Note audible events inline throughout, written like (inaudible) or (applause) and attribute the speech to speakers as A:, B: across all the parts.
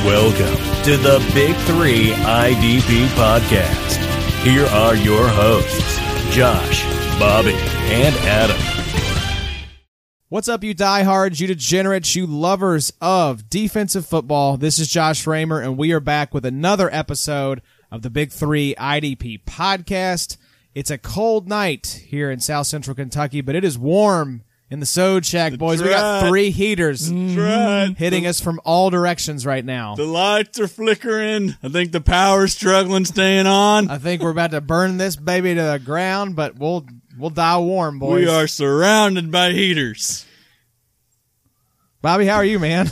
A: Welcome to the Big Three IDP Podcast. Here are your hosts, Josh, Bobby, and Adam.
B: What's up, you diehards, you degenerates, you lovers of defensive football? This is Josh Raymer, and we are back with another episode of the Big Three IDP podcast. It's a cold night here in South Central Kentucky, but it is warm in the Sode Shack, boys. We got
C: drat.
B: three heaters
C: Right.
B: hitting us from all directions right now.
C: The lights are flickering. I think the power's struggling staying on.
B: I think we're about to burn this baby to the ground, but we'll we'll die warm, boys.
C: We are surrounded by heaters.
B: Bobby, how are you, man? (laughs)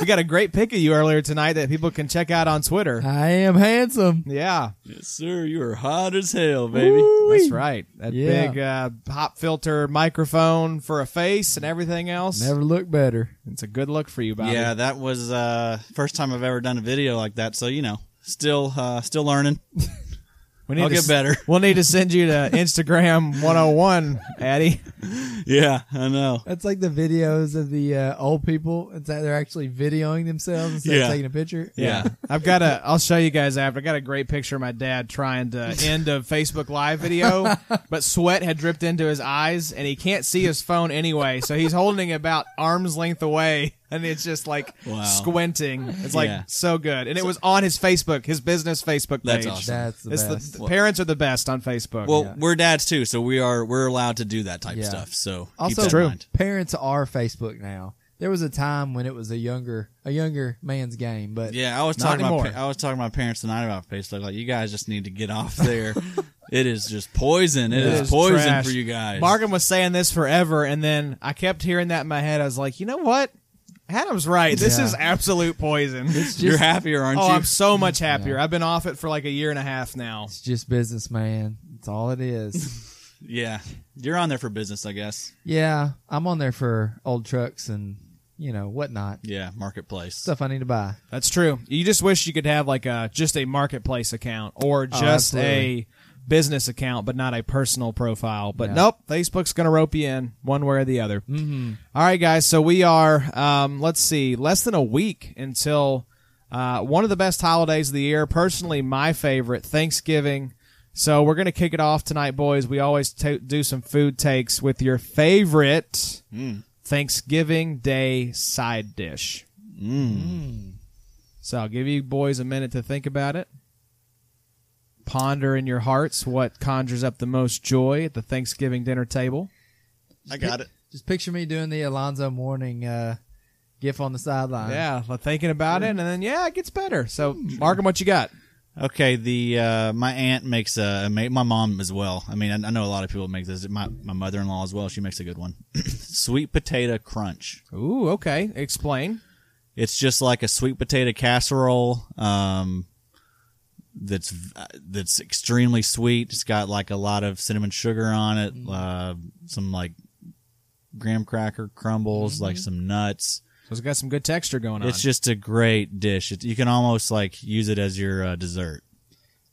B: we got a great pic of you earlier tonight that people can check out on Twitter.
D: I am handsome.
B: Yeah.
C: Yes, sir. You are hot as hell, baby.
B: That's right. That
D: Yeah.
B: big uh, pop filter microphone for a face and everything else.
D: Never looked better.
B: It's a good look for you, Bobby.
C: Yeah, that was uh first time I've ever done a video like that, so you know, still uh still learning.
B: we need
C: I'll
B: to
C: get
B: s-
C: better.
B: We'll need to send you to Instagram 101, Addy.
C: (laughs) Yeah, I know.
D: That's like the videos of the uh, old people. It's that they're actually videoing themselves instead
C: Yeah.
D: of taking a picture.
C: Yeah.
B: I've got a. I'll show you guys after. I got a great picture of my dad trying to end a Facebook Live
D: (laughs)
B: video, but sweat had dripped into his eyes, and he can't see his phone anyway. So he's holding it about arm's length away, and it's just like
C: Wow.
B: squinting. It's like
C: Yeah.
B: so good, and it was on his Facebook, his business Facebook page.
C: That's awesome.
D: That's the
B: It's the,
D: best.
B: the parents are the best on Facebook.
C: Well, we're dads too, so we are we're allowed to do that type
D: Yeah.
C: stuff. So keep
D: also,
C: that in
B: True.
C: mind.
D: parents are Facebook now. There was a time when it was a younger a younger man's game, but
C: Yeah, I was
B: Not
C: talking about
B: anymore.
C: I was talking to my parents tonight about Facebook. Like, you guys just need to get off there. it is just poison. It
B: It
C: is
B: is
C: poison
B: trash.
C: for you guys.
B: Markham was saying this forever, and then I kept hearing that in my head. I was like, you know what? Adam's right. This
D: Yeah.
B: is absolute poison.
C: You're happier, aren't
B: oh,
C: you?
B: I'm so much happier. I've been off it for like a year and a half now.
D: it's just business, man. It's all it is.
C: yeah, you're on there for business, I guess.
D: yeah, I'm on there for old trucks and you know whatnot
C: Yeah, marketplace.
D: stuff I need to buy.
B: That's true. You just wish you could have like a just a marketplace account or just a
D: Oh, absolutely.
B: business account, but not a personal profile. But
D: Yeah.
B: nope, Facebook's gonna rope you in one way or the other. Mm-hmm. right, guys. So we are. Um, let's see, less than a week until uh, one of the best holidays of the year. Personally, my favorite, Thanksgiving. So we're gonna kick it off tonight, boys. We always ta do some food takes with your favorite
D: Mm.
B: Thanksgiving Day side dish.
C: Mm.
B: So I'll give you boys a minute to think about it. Ponder in your hearts what conjures up the most joy at the Thanksgiving dinner table.
C: I got it.
D: Just picture me doing the Alonzo Mourning uh, gif on the sideline.
B: Yeah, like thinking about it, and then yeah, it gets better. So, Markham, what you got?
C: Okay, the uh, my aunt makes a ma- my mom as well. I mean, I, I know a lot of people make this. My my mother in law as well. She makes a good one. (clears throat) sweet potato crunch.
B: Ooh, okay. Explain.
C: It's just like a sweet potato casserole. Um, that's that's extremely sweet. It's got like a lot of cinnamon sugar on it. Uh, some like graham cracker crumbles, like some nuts.
B: So it's got some good texture going on.
C: It's just a great dish. It, you can almost like use it as your uh, dessert.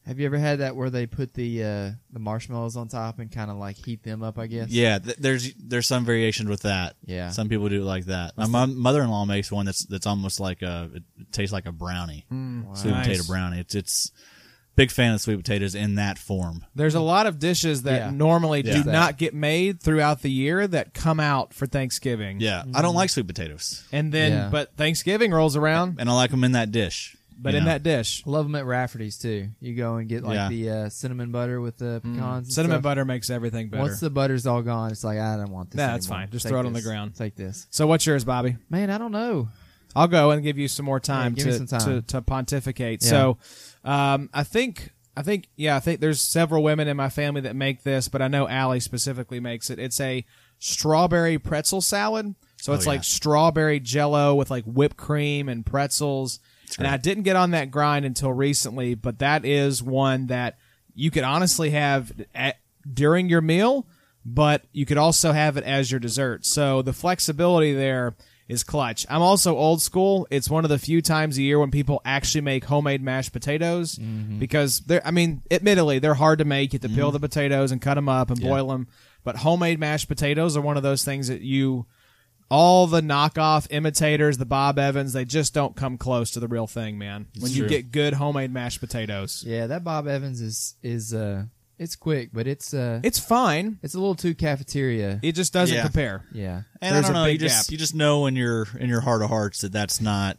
D: Have you ever had that where they put the uh, the marshmallows on top and kind of like heat them up? I guess.
C: Yeah, th- there's there's some variations with that.
D: Yeah.
C: some people do it like that. My mom, mother-in-law makes one that's that's almost like a it, it tastes like a brownie, sweet
B: Hmm. Nice.
C: potato brownie. It's it's big fan of sweet potatoes in that form.
B: There's a lot of dishes that
D: Yeah.
B: normally do
C: Yeah.
B: not get made throughout the year that come out for Thanksgiving.
C: Yeah, I
B: Mm-hmm.
C: don't like sweet potatoes,
B: And then,
D: Yeah.
B: but Thanksgiving rolls around,
C: and I like them in that dish.
B: but
C: you
B: in
C: know.
B: that dish,
D: I love them at Rafferty's too. You go and get like
C: Yeah.
D: the uh, cinnamon butter with the pecans. and
B: Mm. cinnamon
D: stuff.
B: butter makes everything better.
D: Once the butter's all gone, it's like I don't want this.
B: Nah, that's
D: anymore.
B: fine. Just throw it on the
D: this.
B: ground.
D: Take this,
B: so, what's yours, Bobby?
D: man. I don't know.
B: I'll go and give you some more time,
D: give me
B: to,
D: some
B: to
D: time.
B: to pontificate.
D: Yeah.
B: So, um, I think I think yeah, I think there's several women in my family that make this, but I know Allie specifically makes it. It's a strawberry pretzel salad. So it's
D: Oh,
C: yeah.
B: like strawberry jello with like whipped cream and pretzels. And I didn't get on that grind until recently, but that is one that you could honestly have at, during your meal, but you could also have it as your dessert. So the flexibility there is clutch. I'm also old school. It's one of the few times a year when people actually make homemade mashed potatoes because they're, I mean, admittedly, they're hard to make. You have to peel the potatoes and cut them up and boil them. But homemade mashed potatoes are one of those things that you all the knockoff imitators, the Bob Evans, they just don't come close to the real thing, man. when you
C: true.
B: get good homemade mashed potatoes,
D: Yeah, that Bob Evans is is uh it's quick, but it's uh
B: it's fine.
D: it's a little too cafeteria.
B: It just doesn't
C: Yeah.
B: compare.
D: yeah.
C: And
B: There's
C: I don't
B: a
C: know. You
B: big
C: just
B: gap.
C: you just know in your in your heart of hearts that that's not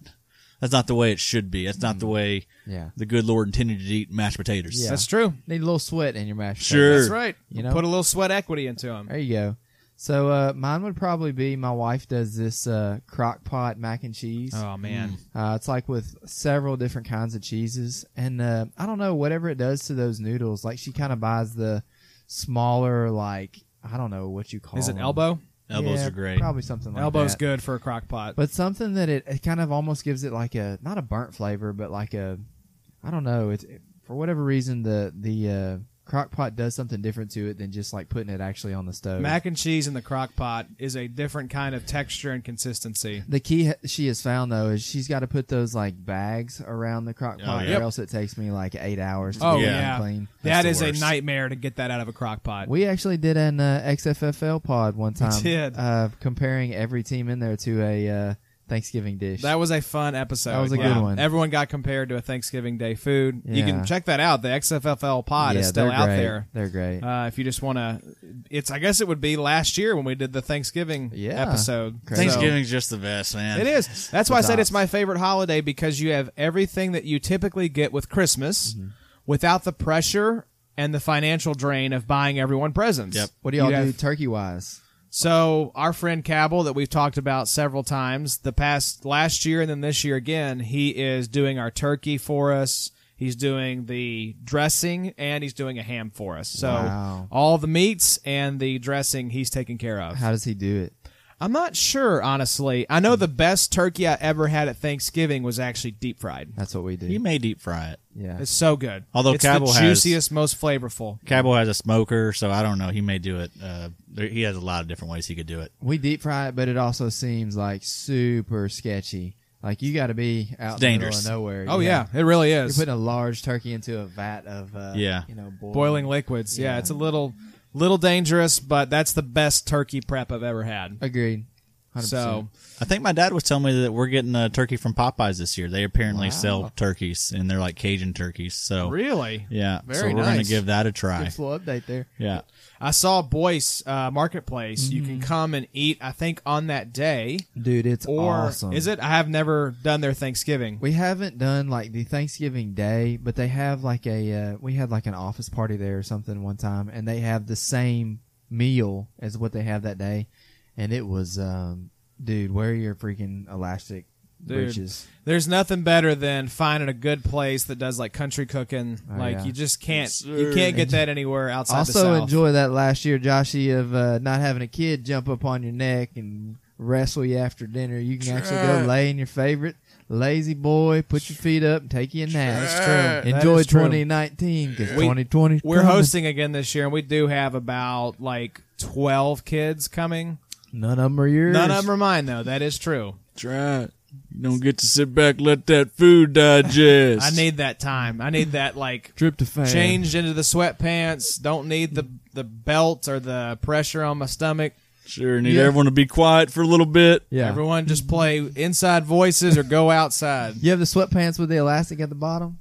C: that's not the way it should be. That's
B: Mm.
C: not the way
D: Yeah.
C: the good Lord intended to eat mashed potatoes.
D: Yeah.
B: That's true.
D: Need a little sweat in your mashed
C: Sure.
D: potatoes.
B: That's right.
D: You know?
B: put a little sweat equity into them.
D: There you go. So uh mine would probably be my wife does this uh crock pot mac and cheese.
B: Oh man,
D: Uh, it's like with several different kinds of cheeses, and uh, I don't know whatever it does to those noodles. Like she kind of buys the smaller, like I don't know what you call.
B: is it
D: them.
B: elbow?
C: Elbows
D: Yeah,
C: are great.
D: Probably something like
B: Elbow's
D: that.
B: good for a crock pot.
D: but something that it, it kind of almost gives it like a not a burnt flavor, but like a I don't know. It's for whatever reason the the uh, crock pot does something different to it than just like putting it actually on the stove.
B: Mac and cheese in the crock pot is a different kind of texture and consistency.
D: the key h- she has found though is she's got to put those like bags around the crock pot,
C: yeah.
D: or else it takes me like eight hours. To
B: Oh
D: get
B: yeah,
D: them clean.
B: that
C: That's
B: is
C: the
B: a
C: worst.
B: nightmare to get that out of a crock pot.
D: We actually did an uh, XFFL pod one time.
B: did.
D: Uh, comparing every team in there to a uh, Thanksgiving dish.
B: That was a fun episode.
D: That was a good one.
B: Everyone got compared to a Thanksgiving Day food. You
D: Yeah.
B: can check that out. The XFFL pod
D: yeah,
B: is still
D: they're
B: out
D: great.
B: there.
D: They're great.
B: Uh, if you just want to, it's I guess it would be last year when we did the Thanksgiving
D: Yeah.
B: episode.
D: Crazy.
C: Thanksgiving's just the best, man.
B: So, it is. That's why I said
D: Tops.
B: it's my favorite holiday because you have everything that you typically get with Christmas, without the pressure and the financial drain of buying everyone presents.
C: Yep.
D: what do y'all
B: You
D: do
B: have-
D: turkey wise?
B: so our friend Cabell that we've talked about several times the past last year and then this year again, he is doing our turkey for us. He's doing the dressing and he's doing a ham for us. So
D: Wow.
B: all the meats and the dressing he's taking care of.
D: How does he do it?
B: I'm not sure honestly. I know the best turkey I ever had at Thanksgiving was actually deep fried.
D: That's what we do.
C: You may deep fry it.
D: yeah.
B: It's so good.
C: Although
B: it's
C: Cabell
B: the
C: has-
B: juiciest, most flavorful.
C: Cabo has a smoker, so I don't know. He may do it. Uh, there, he has a lot of different ways he could do it.
D: We deep fry it, but it also seems like super sketchy. Like you got to be out
C: It's
D: in the middle
C: dangerous.
D: of nowhere.
B: Oh yeah, it really
D: You're
B: is.
D: putting a large turkey into a vat of uh,
C: Yeah.
D: you know boiling,
B: boiling liquids. Yeah,
D: Yeah.
B: it's a little little dangerous, but that's the best turkey prep I've ever had.
D: Agreed. 100%.
B: So
C: I think my dad was telling me that we're getting a turkey from Popeyes this year. They apparently sell turkeys, and they're like Cajun turkeys. So
B: really,
C: yeah, so
B: very
C: we're gonna
B: nice.
C: give that a try.
D: Good little update there.
C: Yeah,
B: I saw Boyce uh, Marketplace. You can come and eat. I think on that day,
D: Dude, it's
B: or
D: awesome.
B: is it? I have never done their Thanksgiving.
D: We haven't done like the Thanksgiving Day, but they have like a uh, we had like an office party there or something one time, and they have the same meal as what they have that day, and it was um, dude, wear your freaking elastic
B: Dude.
D: breeches.
B: There's nothing better than finding a good place that does like country cooking.
D: Oh,
B: like
D: yeah.
B: you just can't
C: Yes,
B: you
C: sir.
B: can't get that anywhere outside. the
D: Also
B: South.
D: enjoy that last year, Joshy, of uh, not having a kid jump up on your neck and wrestle you after dinner. You can actually go lay in your favorite lazy boy, put your feet up, and take you a nap.
B: That's true.
D: Enjoy
B: That is true.
D: 2019 because
B: We-
D: 2020.
B: We're hosting again this year, and we do have about like 12 kids coming.
D: None of them are yours.
B: None of them are mine, though. That is true.
C: try it. You don't get to sit back, let that food
B: (laughs)
C: digest.
B: I need that time. I need that like
D: Tryptophan.
B: changed into the sweatpants. Don't need the the belt or the pressure on my stomach.
C: sure need
D: Yeah.
C: everyone to be quiet for a little bit.
D: Yeah.
B: Everyone just play inside voices or go outside.
D: You have the sweatpants with the elastic at the bottom.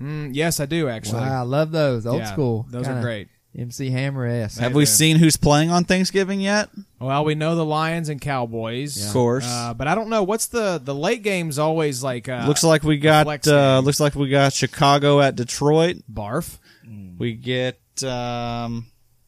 B: Mm, yes, I do actually.
D: wow, I love those. Old
B: Yeah,
D: school.
B: Those
D: Kinda
B: are great.
D: MC Hammer ass.
C: Have we
B: do.
C: seen who's playing on Thanksgiving yet?
B: Well, we know the Lions and Cowboys,
C: Of course.
B: Uh, but I don't know what's the the late game's always like. Uh,
C: looks like we
B: flex
C: got uh,
B: game.
C: looks like we got Chicago at Detroit.
B: barf.
C: We get um,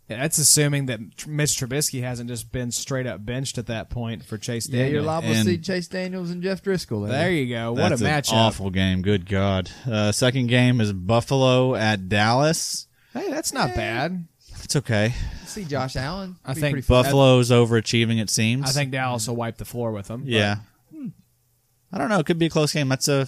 B: Yeah, That's assuming that Tr- Mitch Trubisky hasn't just been straight up benched at that point for Chase
D: Yeah,
B: Daniel.
D: you're liable to
C: And-
D: see Chase Daniels and Jeff Driscoll.
B: There you go. What
C: That's
B: a
C: an
B: matchup.
C: awful game. Good God. Uh, second game is Buffalo at Dallas.
B: Hey, that's not bad.
C: It's okay.
D: See Josh Allen.
B: I
D: Be
B: think
D: pretty fun.
C: Buffalo's overachieving. It seems.
B: I think Dallas will wipe the floor with them. but
C: Yeah. I don't know. It could be a close game. That's a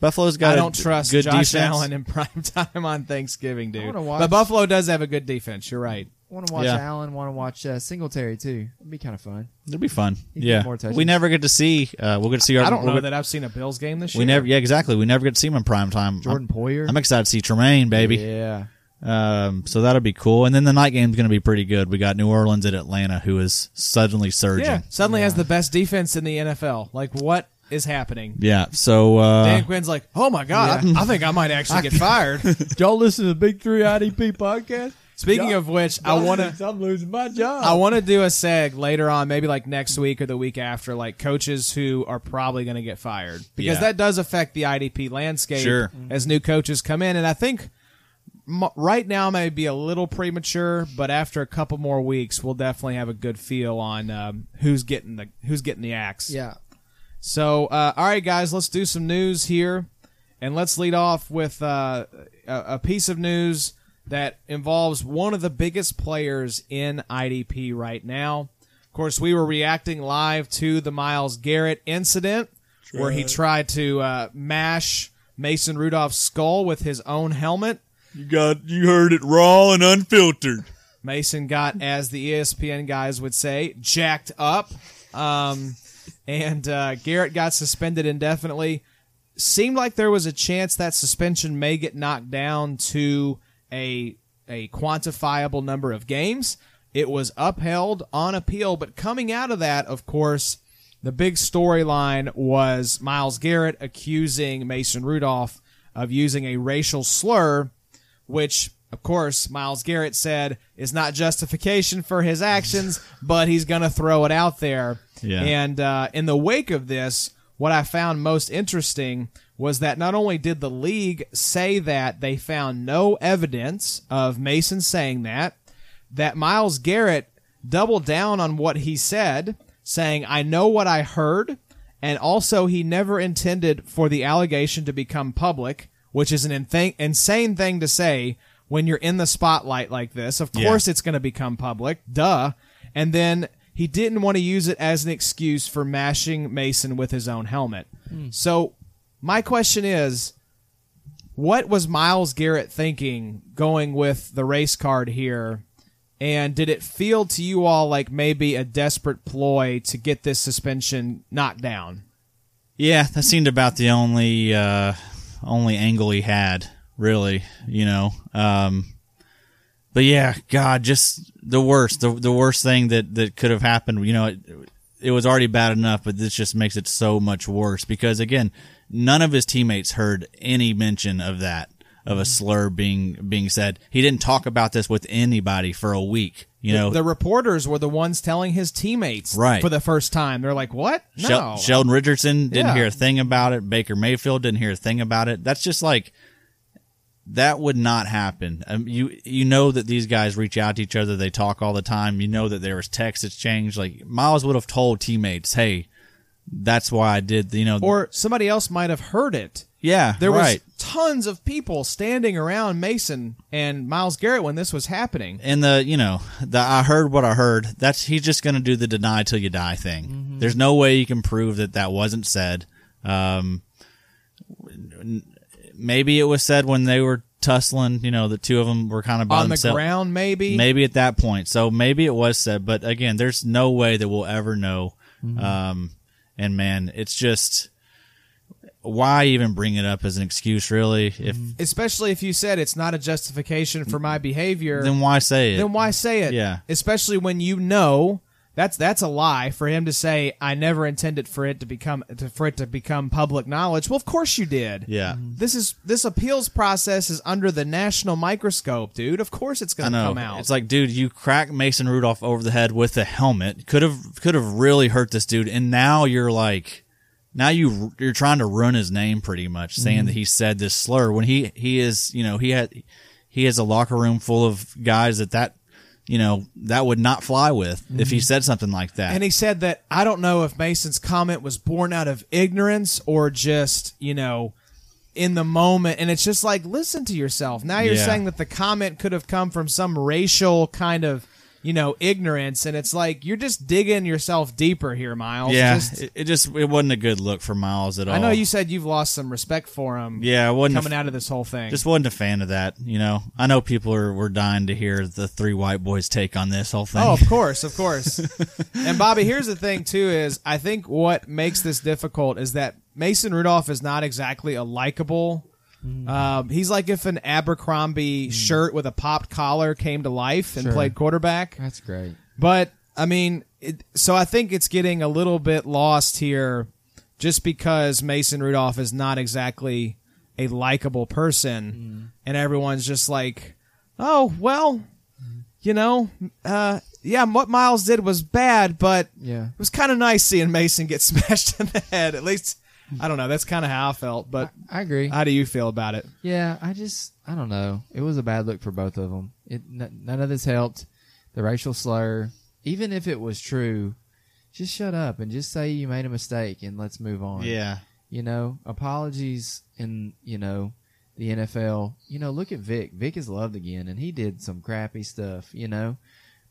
C: Buffalo's got.
B: I
C: a
B: don't
C: d-
B: trust
C: good
B: Josh
C: defense.
B: Allen in (laughs) prime time on Thanksgiving, dude.
D: wanna watch-
B: But Buffalo does have a good defense. You're right.
D: Want to watch
C: Yeah.
D: Allen? Want to watch uh, Singletary too? It'd be kind of fun.
C: It'll be fun.
D: He'd
C: yeah.
D: get more touches.
C: We never get to see. Uh, we'll get to see. Our,
B: I don't
C: we'll
B: know
C: get-
B: that I've seen a Bills game this
C: We
B: year.
C: never. Yeah, exactly. We never get to see him in prime time.
D: Jordan
C: I'm,
D: Poyer.
C: I'm excited to see Tremaine, baby.
D: Yeah.
C: Um, so that'll be cool. And then the night game's going to be pretty good. We got New Orleans at Atlanta, who is suddenly surging.
B: Yeah,
C: Yeah.
B: suddenly has the best defense in the NFL. Like, what is happening?
C: so uh,
B: Dan Quinn's like, oh my god, I, I think I might actually get
D: (laughs)
B: fired.
D: (laughs) Y'all listen to the Big Three IDP podcast.
B: Speaking of which, I want to
D: I'm losing my job.
B: I want to do a seg later on, maybe like next week or the week after, like coaches who are probably going to get fired because
C: Yeah.
B: that does affect the IDP landscape
C: Sure.
B: as new coaches come in. And I think m- right now may be a little premature, but after a couple more weeks, we'll definitely have a good feel on um, who's getting the who's getting the axe.
D: yeah.
B: So, uh, all right, guys, let's do some news here, and let's lead off with uh, a, a piece of news that involves one of the biggest players in IDP right now. Of course, we were reacting live to the Miles Garrett incident where he tried to uh, mash Mason Rudolph's skull with his own helmet.
C: you got you heard it raw and unfiltered.
B: Mason got, as the E ESPN guys would say, jacked up. Um, and uh, Garrett got suspended indefinitely. Seemed like there was a chance that suspension may get knocked down to a a quantifiable number of games. It was upheld on appeal, but coming out of that, of course, the big storyline was Miles Garrett accusing Mason Rudolph of using a racial slur which of course Miles Garrett said is not justification for his actions, but he's going to throw it out there.
C: Yeah.
B: And uh, in the wake of this, what I found most interesting was that not only did the league say that they found no evidence of Mason saying that, that Miles Garrett doubled down on what he said, saying, I know what I heard. And also, he never intended for the allegation to become public, which is an inth- insane thing to say when you're in the spotlight like this. Of course, it's going to become public. Duh. And then he didn't want to use it as an excuse for mashing Mason with his own helmet. So, my question is what was Miles Garrett thinking going with the race card here? And did it feel to you all like maybe a desperate ploy to get this suspension knocked down?
C: Yeah, that seemed about the only uh, only angle he had, really. You know, um, but yeah, God, just the worst, the, the worst thing that that could have happened. You know, it, it was already bad enough, but this just makes it so much worse because again, none of his teammates heard any mention of that of a slur being being said. He didn't talk about this with anybody for a week. You know,
B: The reporters were the ones telling his teammates
C: Oh. Right.
B: for the first time. They're like, "What? No,
C: Shel- Sheldon Richardson didn't
B: Yeah.
C: hear a thing about it. Baker Mayfield didn't hear a thing about it. That's just like that would not happen. Um, you you know that these guys reach out to each other. They talk all the time. You know that there was text exchange. Like Miles would have told teammates, "Hey, that's why I did." You know,
B: or somebody else might have heard it."
C: yeah,
B: There
C: right.
B: was tons of people standing around Mason and Miles Garrett when this was happening.
C: and the you know the I heard what I heard. That's he's just going to do the deny till you die thing.
B: Mm-hmm.
C: There's no way you can prove that that wasn't said. Um, n- maybe it was said when they were tussling. You know, the two of them were kind of by
B: On the
C: themselves.
B: ground, maybe.
C: Maybe at that point. So maybe it was said, but again, there's no way that we'll ever know.
B: Mm-hmm.
C: Um, and man, it's just why even bring it up as an excuse, really? If
B: Especially if you said it's not a justification for my behavior.
C: then why say it?
B: Mm-hmm. then why say it?
C: Yeah.
B: Especially when you know that's that's a lie for him to say. I never intended for it to become to, for it to become public knowledge. Well, of course you did.
C: Yeah. Mhm.
B: This is this appeals process is under the national microscope, dude. Of course it's
C: I
B: going to
C: know.
B: come out.
C: It's like, dude, you crack Mason Rudolph over the head with a helmet. Could have could have really hurt this dude, and now you're like, now you you're trying to ruin his name pretty much,
B: Mm-hmm.
C: saying that he said this slur when he he is you know he had he has a locker room full of guys that that you know that would not fly with if he said something like that.
B: Mm-hmm. and he said that I don't know if Mason's comment was born out of ignorance or just you know in the moment. And it's just like listen to yourself. Now you're
C: Yeah.
B: saying that the comment could have come from some racial kind of you know ignorance, and it's like you're just digging yourself deeper here, Miles.
C: yeah,
B: Just-
C: it, it just it wasn't a good look for Miles at all.
B: I know you said you've lost some respect for him.
C: Yeah, I wasn't a
B: coming out of this whole thing.
C: Just wasn't a fan of that, you know. I know people are were dying to hear the three white boys' take on this whole thing.
B: Oh, of course, of course. and Bobby, here's the thing too: is I think what makes this difficult is that Mason Rudolph is not exactly a likable Um, he's like if an Abercrombie shirt with a popped collar came to life and
D: Sure.
B: played quarterback.
D: That's great.
B: But I mean, it, so I think it's getting a little bit lost here, just because Mason Rudolph is not exactly a likable
D: Mm.
B: person, and everyone's just like, oh well, you know, uh, yeah, what Miles did was bad, but
D: Yeah.
B: it was kind of nice seeing Mason get (laughs) smashed in the head. At least I don't know. That's kind of how I felt. But
D: I agree.
B: how do you feel about it?
D: yeah, I just I don't know. It was a bad look for both of them. It n- none of this helped. The racial slur, even if it was true, just shut up and just say you made a mistake and let's move
B: Oh,
C: (laughs)
D: on.
C: Yeah.
D: You know, apologies in, you know, the NFL. You know, look at Vic. Vic is loved again and he did some crappy stuff, you know.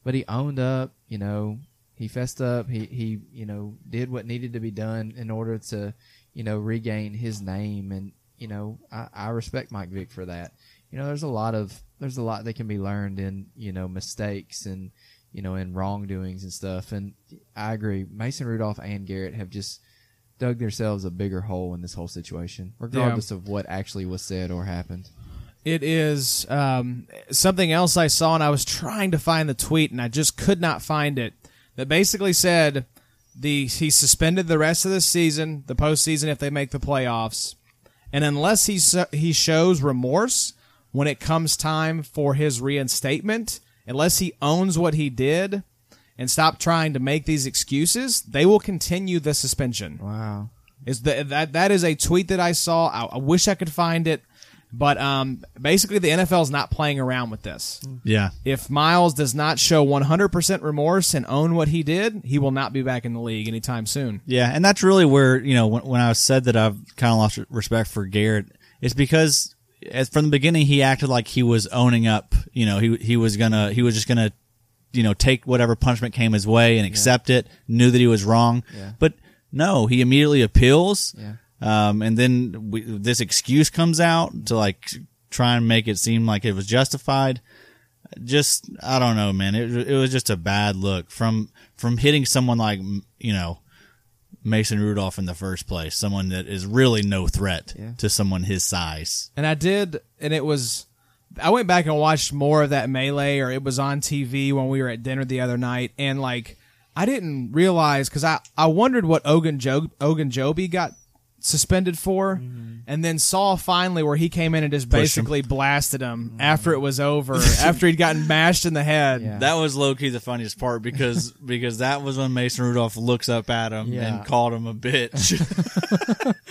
D: But he owned up, you know, he fessed up, he he, you know, did what needed to be done in order to, you know, regain his name and you know, I, I respect Mike Vick for that. You know, there's a lot of there's a lot that can be learned in, you know, mistakes and you know, in wrongdoings and stuff. And I agree. Mason Rudolph and Garrett have just dug themselves a bigger hole in this whole situation, regardless of what actually was said or happened.
B: It is um, something else I saw, and I was trying to find the tweet, and I just could not find it. That basically said the he suspended the rest of the season, the postseason, if they make the playoffs, and unless he so- he shows remorse when it comes time for his reinstatement, unless he owns what he did and stop trying to make these excuses, they will continue the suspension.
D: Wow.
B: Is that that that is a tweet that I saw? I, I wish I could find it, but um, basically the NFL is not playing around with this.
C: Yeah.
B: If Miles does not show 100% remorse and own what he did, he will not be back in the league anytime soon.
C: Yeah, and that's really where you know when, when I said that I've kind of lost respect for Garrett, it's because as, from the beginning he acted like he was owning up. You know, he he was gonna he was just gonna you know take whatever punishment came his way and accept it. Knew that he was wrong,
D: Yeah.
C: but no, he immediately appeals.
D: Yeah.
C: Um, and then we, this excuse comes out to like try and make it seem like it was justified just I don't know, man. It it was just a bad look from from hitting someone like you know Mason Rudolph in the first place, someone that is really no threat
D: Yeah.
C: to someone his size.
B: And I did, and it was. I went back and watched more of that melee, or it was on TV when we were at dinner the other night, and like I didn't realize because I I wondered what Ogun Joby got suspended for,
C: Mm-hmm.
B: and then saw finally where he came in and just
C: Pushed him.
B: basically blasted him
C: Mm-hmm.
B: after it was
C: (laughs)
B: over, after he'd gotten mashed in the head.
D: Yeah.
C: That was low key the funniest part (laughs) because because that was when Mason Rudolph looks up at him
D: Yeah.
C: and called him
B: (laughs)
C: a bitch.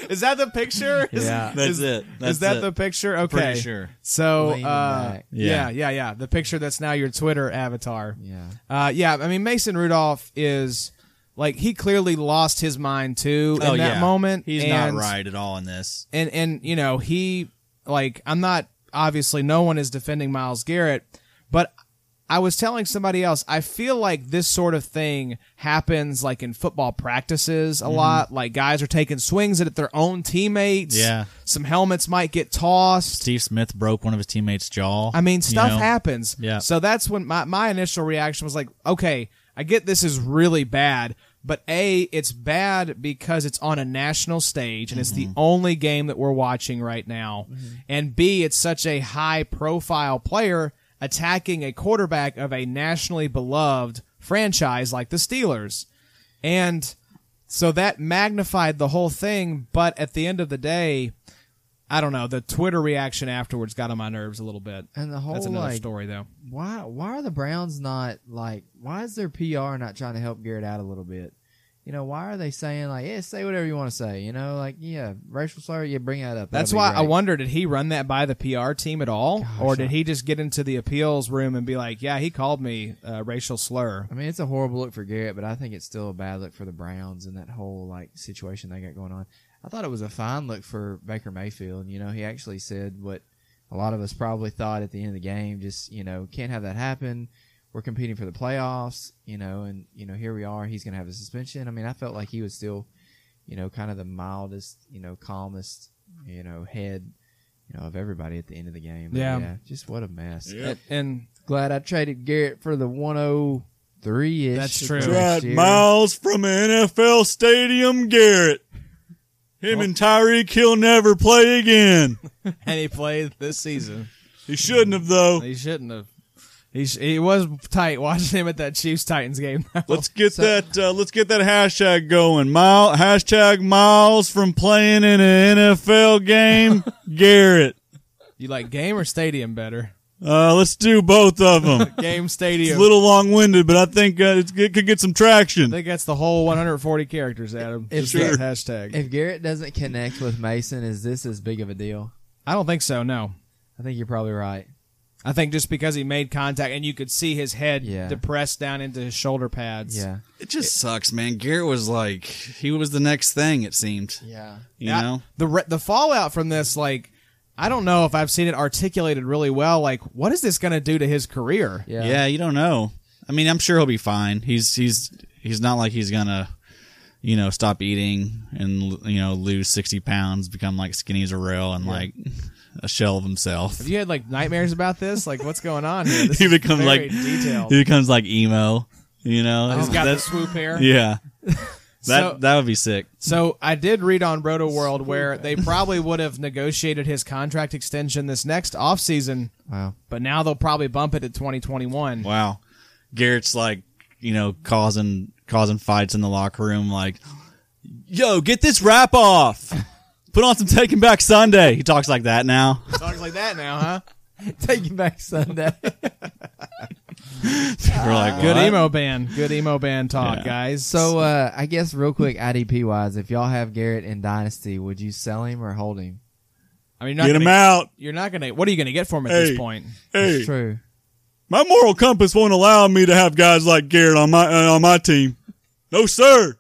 B: Is that the picture? Is-
D: Yeah.
C: That's
B: is-
C: it. That's
B: (laughs) is that
C: it.
B: the picture? Okay,
C: Pretty sure.
B: So,
D: Leaning
B: uh,
D: back.
B: yeah,
C: Yeah.
B: yeah, yeah. The picture that's now your Twitter avatar.
D: Yeah.
B: Uh, yeah, I mean Mason Rudolph is like he clearly lost his mind too in
C: oh
B: that
C: yeah,
B: moment.
C: he's not
B: and-
C: right at all in this.
B: and and you know he like I'm not obviously no one is defending Miles Garrett, but I was telling somebody else I feel like this sort of thing happens like in football practices
C: Mm-hmm.
B: a lot. Like guys are taking swings at their own teammates.
C: Yeah.
B: some helmets might get tossed.
C: Steve Smith broke one of his teammates' jaw.
B: I mean, stuff
C: you know?
B: happens.
C: Yeah.
B: So that's when my, my initial reaction was like, okay, I get this is really bad, but A, it's bad because it's on a national stage and it's the
C: Mm-hmm.
B: only game that we're watching right now. And B, it's such a high profile player attacking a quarterback of a nationally beloved franchise like the Steelers. And so that magnified the whole thing, but at the end of the day, I don't know. The Twitter reaction afterwards got on my nerves a little bit.
D: And the whole
B: That's another
D: like,
B: story, though.
D: why why are the Browns not like why is their PR not trying to help Garrett out a little bit? You know, why are they saying like, yeah, say whatever you want to say, you know, like yeah, racial slur, yeah, bring that up.
B: That's
D: That'll be
B: why I
D: great.
B: wonder did he run that by the PR team at all? or did he just get into the appeals room and be like, yeah, he called me a racial slur?
D: I mean, it's a horrible look for Garrett, but I think it's still a bad look for the Browns and that whole like situation they got going on. I thought it was a fine look for Baker Mayfield. You know, he actually said what a lot of us probably thought at the end of the game. Just you know, can't have that happen. We're competing for the playoffs. You know, and you know here we are. He's going to have a suspension. I mean, I felt like he was still, you know, kind of the mildest, you know, calmest, you know, head. You know, of everybody at the end of the game. But,
B: Yeah.
D: Just what a mess.
B: And, and
D: Glad I traded Garrett for the 103 ish.
B: Oh, That's true.
C: Miles from NFL Stadium, Garrett. Him and Tyreek he'll never play again.
B: and he played this season.
C: He shouldn't have though.
B: He shouldn't have. He, sh- he was tight watching him at that Chiefs Titans game.
C: Let's get that. Uh, let's get that hashtag going. Mile, hashtag Miles from playing in an
B: (laughs)
C: NFL game. Garrett.
B: you like game or stadium better?
C: Uh, let's do both
B: (laughs)
C: of them.
B: Game
C: It's
B: stadium.
C: a little long winded, but I think uh, it's, it could get some traction.
B: I think that's the whole 140 characters, Adam.
D: If
B: Just
D: Sure.
B: that hashtag.
D: If Garrett doesn't connect with Mason, is this as big of a deal?
B: I don't think so. No.
D: I think you're probably right.
B: I think just because he made contact and you could see his head
D: Yeah.
B: depressed down into his shoulder pads.
D: Yeah.
C: It just sucks, man. Garrett was like he was the next thing. It seemed,
D: Yeah.
C: you
B: Yeah,
C: know.
B: the re- the fallout from this, like, I don't know if I've seen it articulated really well. Like, what is this going to do to his career?
D: Yeah.
C: Yeah. you don't know. I mean, I'm sure he'll be fine. He's he's he's not like he's gonna, you know, stop eating and you know lose sixty pounds, become like skinny as a rail, and like a shell of himself.
B: Have you had like nightmares about this? Like, what's going on
C: (laughs)
B: here? This
C: He
B: is
C: becomes
B: very
C: like
B: detailed.
C: he becomes like emo. You know,
B: He's got the
C: That's-
B: swoop hair.
C: yeah. That
B: So-
C: that would be sick.
B: So I did read on Roto World where they probably would have negotiated his contract extension this next offseason,
D: Wow.
B: but now they'll probably bump it to 2021.
C: Wow. Garrett's like, you know, causing causing fights in the locker room like, "Yo, get this wrap off. Put on some Taking Back Sunday." He talks like that now.
B: Talks like that now, huh?
D: (laughs) Take you back
B: (laughs)
D: Sunday.
C: We're like,
B: Good
C: "What?"
B: emo band. Good emo band talk,
C: Yeah.
B: guys.
D: so uh, I guess real quick, IDP wise, if y'all have Garrett in Dynasty, would you sell him or hold him?
B: I mean, you're not
C: Get
B: gonna,
C: him out.
B: You're not gonna. What are you gonna get for him at
C: Hey.
B: this point?
D: That's
C: Hey,
D: true.
C: my moral compass won't allow me to have guys like Garrett on my uh, on my team. No, sir.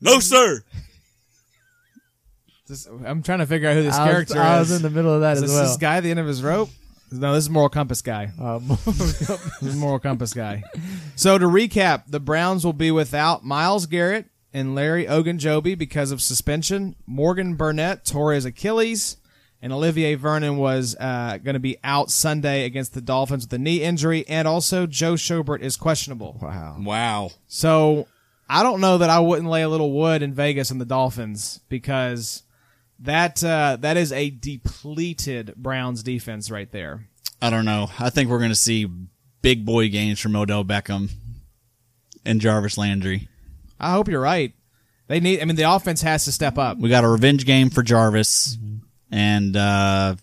C: No, sir.
B: This- I'm trying to figure out who this
D: I, was,
B: character
D: I
B: is.
D: was in the middle of that
B: is
D: as
B: this,
D: well.
B: this guy at the end of his rope? No, this is Moral Compass guy.
D: Um, (laughs)
B: This is Moral Compass guy. So to recap, the Browns will be without Miles Garrett and Larry Ogunjobi because of suspension. Morgan Burnett tore his Achilles, and Olivier Vernon was uh, going to be out Sunday against the Dolphins with a knee injury, and also Joe Schobert is questionable.
D: wow.
C: Wow.
B: So I don't know that I wouldn't lay a little wood in Vegas and the Dolphins because that uh, that is a depleted Browns defense right there.
C: I don't know. I think we're going to see big boy games from Odell Beckham and Jarvis Landry.
B: I hope you're right. They need. I mean, the offense has to step up.
C: We got a revenge game for Jarvis and uh,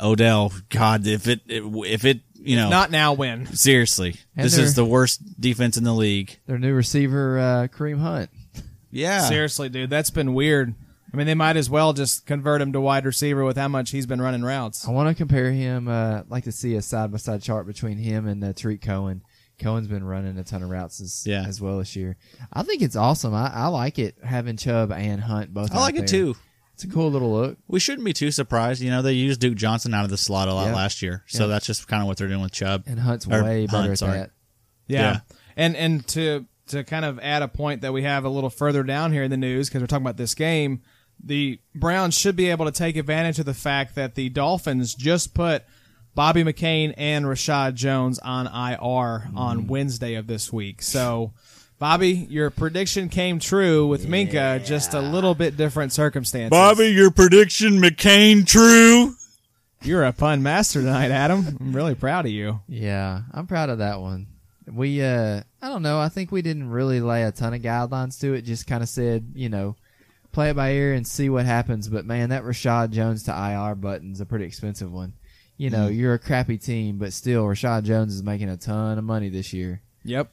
C: Odell. God, if it if it you know
B: Not now. Win.
C: seriously,
D: And
C: this
D: they're-
C: is the worst defense in the league.
D: Their new receiver, uh, Kareem Hunt.
C: Yeah,
B: Seriously, dude, that's been weird. I mean, they might as well just convert him to wide receiver with how much he's been running routes.
D: I want to compare him. Uh, I'd like to see a side by side chart between him and uh, Tariq Cohen. Cohen's been running a ton of routes as,
C: Yeah.
D: as well this year. I think it's awesome. I, I like it having Chubb and Hunt both.
C: I
D: out
C: like it
D: there.
C: too.
D: It's a cool little look.
C: We shouldn't be too surprised. You know, they used Duke Johnson out of the slot a lot
D: Yeah.
C: last year, so
D: Yeah.
C: that's just kind of what they're doing with Chubb.
D: And Hunt's
C: Or
D: way
C: Hunt,
D: better at
C: sorry.
D: that.
B: Yeah.
C: Yeah.
B: And and to to kind of add a point that we have a little further down here in the news because we're talking about this game, the Browns should be able to take advantage of the fact that the Dolphins just put Bobby McCain and Rashad Jones on IR on Wednesday of this week. So Bobby, your prediction came true with Minka, just a little bit different circumstances.
C: your prediction McCain true?
B: you're a pun master tonight, Adam. I'm really proud of you.
D: Yeah, I'm proud of that one. We, uh, I don't know. I think we didn't really lay a ton of guidelines to it. Just kind of said, you know, play it by ear and see what happens. But man, that Rashad Jones to IR button's a pretty expensive one. You know,
B: Mm.
D: you're a crappy team, but still, Rashad Jones is making a ton of money this year.
B: Yep.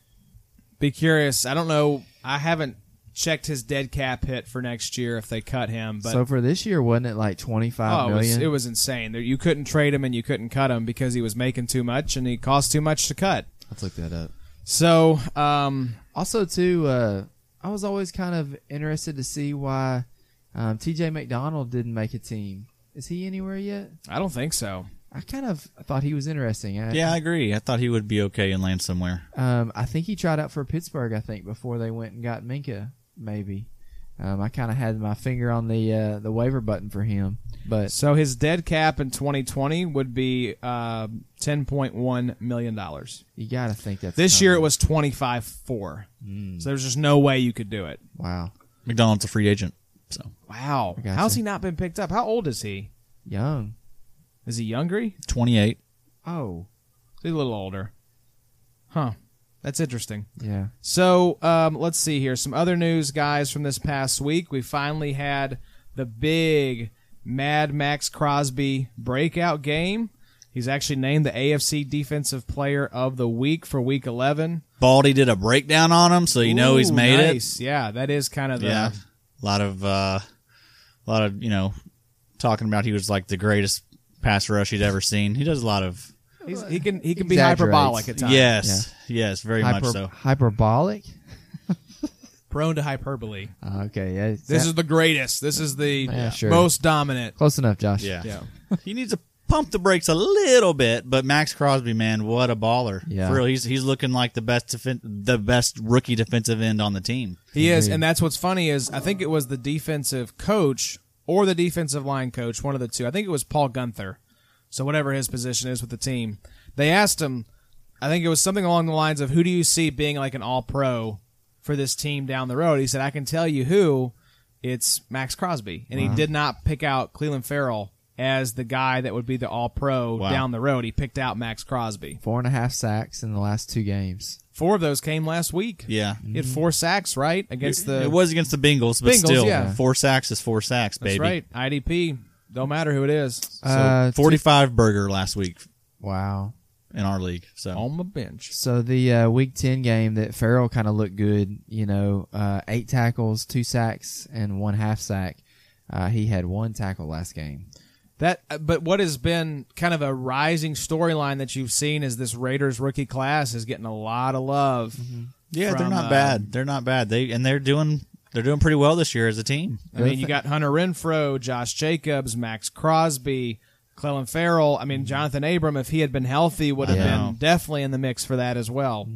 B: Be curious. I don't know. I haven't checked his dead cap hit for next year if they cut him, but
D: so for this year, wasn't it like twenty five
B: oh, it
D: million?
B: was, it was insane. There- You couldn't trade him and you couldn't cut him because he was making too much and he cost too much to cut.
D: Let's look that up.
B: So, um,
D: Also, too, uh, I was always kind of interested to see why um, T.J. McDonald didn't make a team. Is he anywhere yet?
B: I don't think so.
D: I kind of thought he was interesting. I,
C: Yeah, I agree. I thought he would be okay and land somewhere.
D: Um, I think he tried out for Pittsburgh. I think before they went and got Minka, maybe. Um, I kind of had my finger on the uh, the waiver button for him, but
B: So his dead cap in 2020 would be uh, 10.1 million dollars.
D: you got to think that's Hmm.
B: This year it
D: coming.
B: was 25.4. So there's just no way you could do it.
D: wow.
C: McDonald's a free agent. So
B: Wow.
D: I gotcha.
B: How's he not been picked up? How old is he?
D: Young.
B: Is he younger?
C: 28.
B: Oh, he's a little older. Huh. That's interesting.
D: Yeah.
B: So um, let's see here. Some other news, guys, from this past week. We finally had the big Mad Max Crosby breakout game. He's actually named the AFC Defensive Player of the Week for Week 11.
C: Baldy did a breakdown on him, so you know he's
B: Ooh,
C: made it.
B: nice. Yeah, that is kind of the.
C: Yeah, a lot of uh, a lot of you know talking about he was like the greatest pass rush he'd ever seen. He does a lot of
B: He's, he can he can be
D: Exaggerates.
B: hyperbolic at times.
C: yes, yes, very much
D: Hyper-
C: so.
D: Hyperbolic?
B: prone to hyperbole.
D: Uh, okay. Yeah.
B: This
D: that-
B: is the greatest. This is the
D: Yeah, sure.
B: most dominant.
D: close enough, Josh.
C: Yeah,
B: Yeah.
C: he needs to pump the brakes a little bit. But Max Crosby, man, what a baller!
D: Yeah.
C: For real, he's he's looking like the best defen- the best rookie defensive end on the team.
B: He is, and that's what's funny is I think it was the defensive coach or the defensive line coach, one of the two. I think it was Paul Gunther. So whatever his position is with the team, they asked him. I think it was something along the lines of, "Who do you see being like an All-Pro for this team down the road?" He said, "I can tell you who. It's Max Crosby," and he did not pick out Cleveland Farrell as the guy that would be the All-Pro
C: Wow.
B: down the road. He picked out Max Crosby.
D: Four and a half sacks in the last two games.
B: Four of those came last week.
C: Yeah.
B: He had four sacks, right? Against the
C: it was against the Bengals, but
B: Bengals,
C: still,
B: yeah.
C: four sacks is four sacks,
B: That's
C: baby.
B: right. IDP. Don't matter who it is.
C: So
D: Uh, two-
C: 45 burger last week
D: Wow.
C: in our league. So
B: On the bench.
D: So the uh, week ten game that Farrell kind of looked good. You know, uh, eight tackles, two sacks, and one half sack. Uh, he had one tackle last game.
B: That uh, but what has been kind of a rising storyline that you've seen is this Raiders rookie class is getting a lot of love.
C: Mm-hmm. yeah,
B: from,
C: they're not
B: uh,
C: bad. They're not bad. They and they're doing they're doing pretty well this year as a team.
B: I mean, you got Hunter Renfro, Josh Jacobs, Max Crosby, Clellan Farrell. I mean, Jonathan Abram, if he had been healthy, would have
C: Mm-hmm. Yeah.
B: been definitely in the mix for that as well.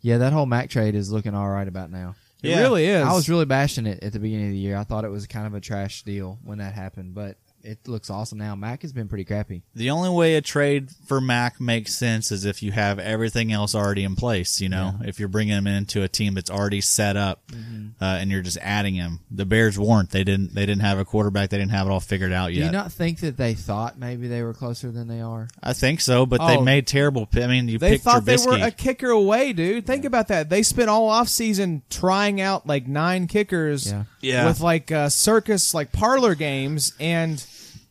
D: Yeah, that whole Mac trade is looking all right about now.
B: It
C: Yeah.
B: really is.
D: I was really bashing it at the beginning of the year. I thought it was kind of a trash deal when that happened, but it looks awesome now. Mac has been pretty crappy.
C: The only way a trade for Mac makes sense is if you have everything else already in place. You know, if you're bringing him into a team that's already set up,
B: Mm-hmm.
C: uh, and you're just adding him. The Bears weren't. They didn't. They didn't have a quarterback. They didn't have it all figured out
D: Do
C: yet.
D: you not think that they thought maybe they were closer than they are?
C: I think so, but they
B: Oh.
C: made terrible. pi- I mean, you
B: They
C: picked
B: thought
C: Trubisky.
B: they were a kicker away, dude. Think about that. They spent all offseason trying out like nine kickers
D: Yeah.
C: Yeah.
B: with like uh, circus, like parlor games. And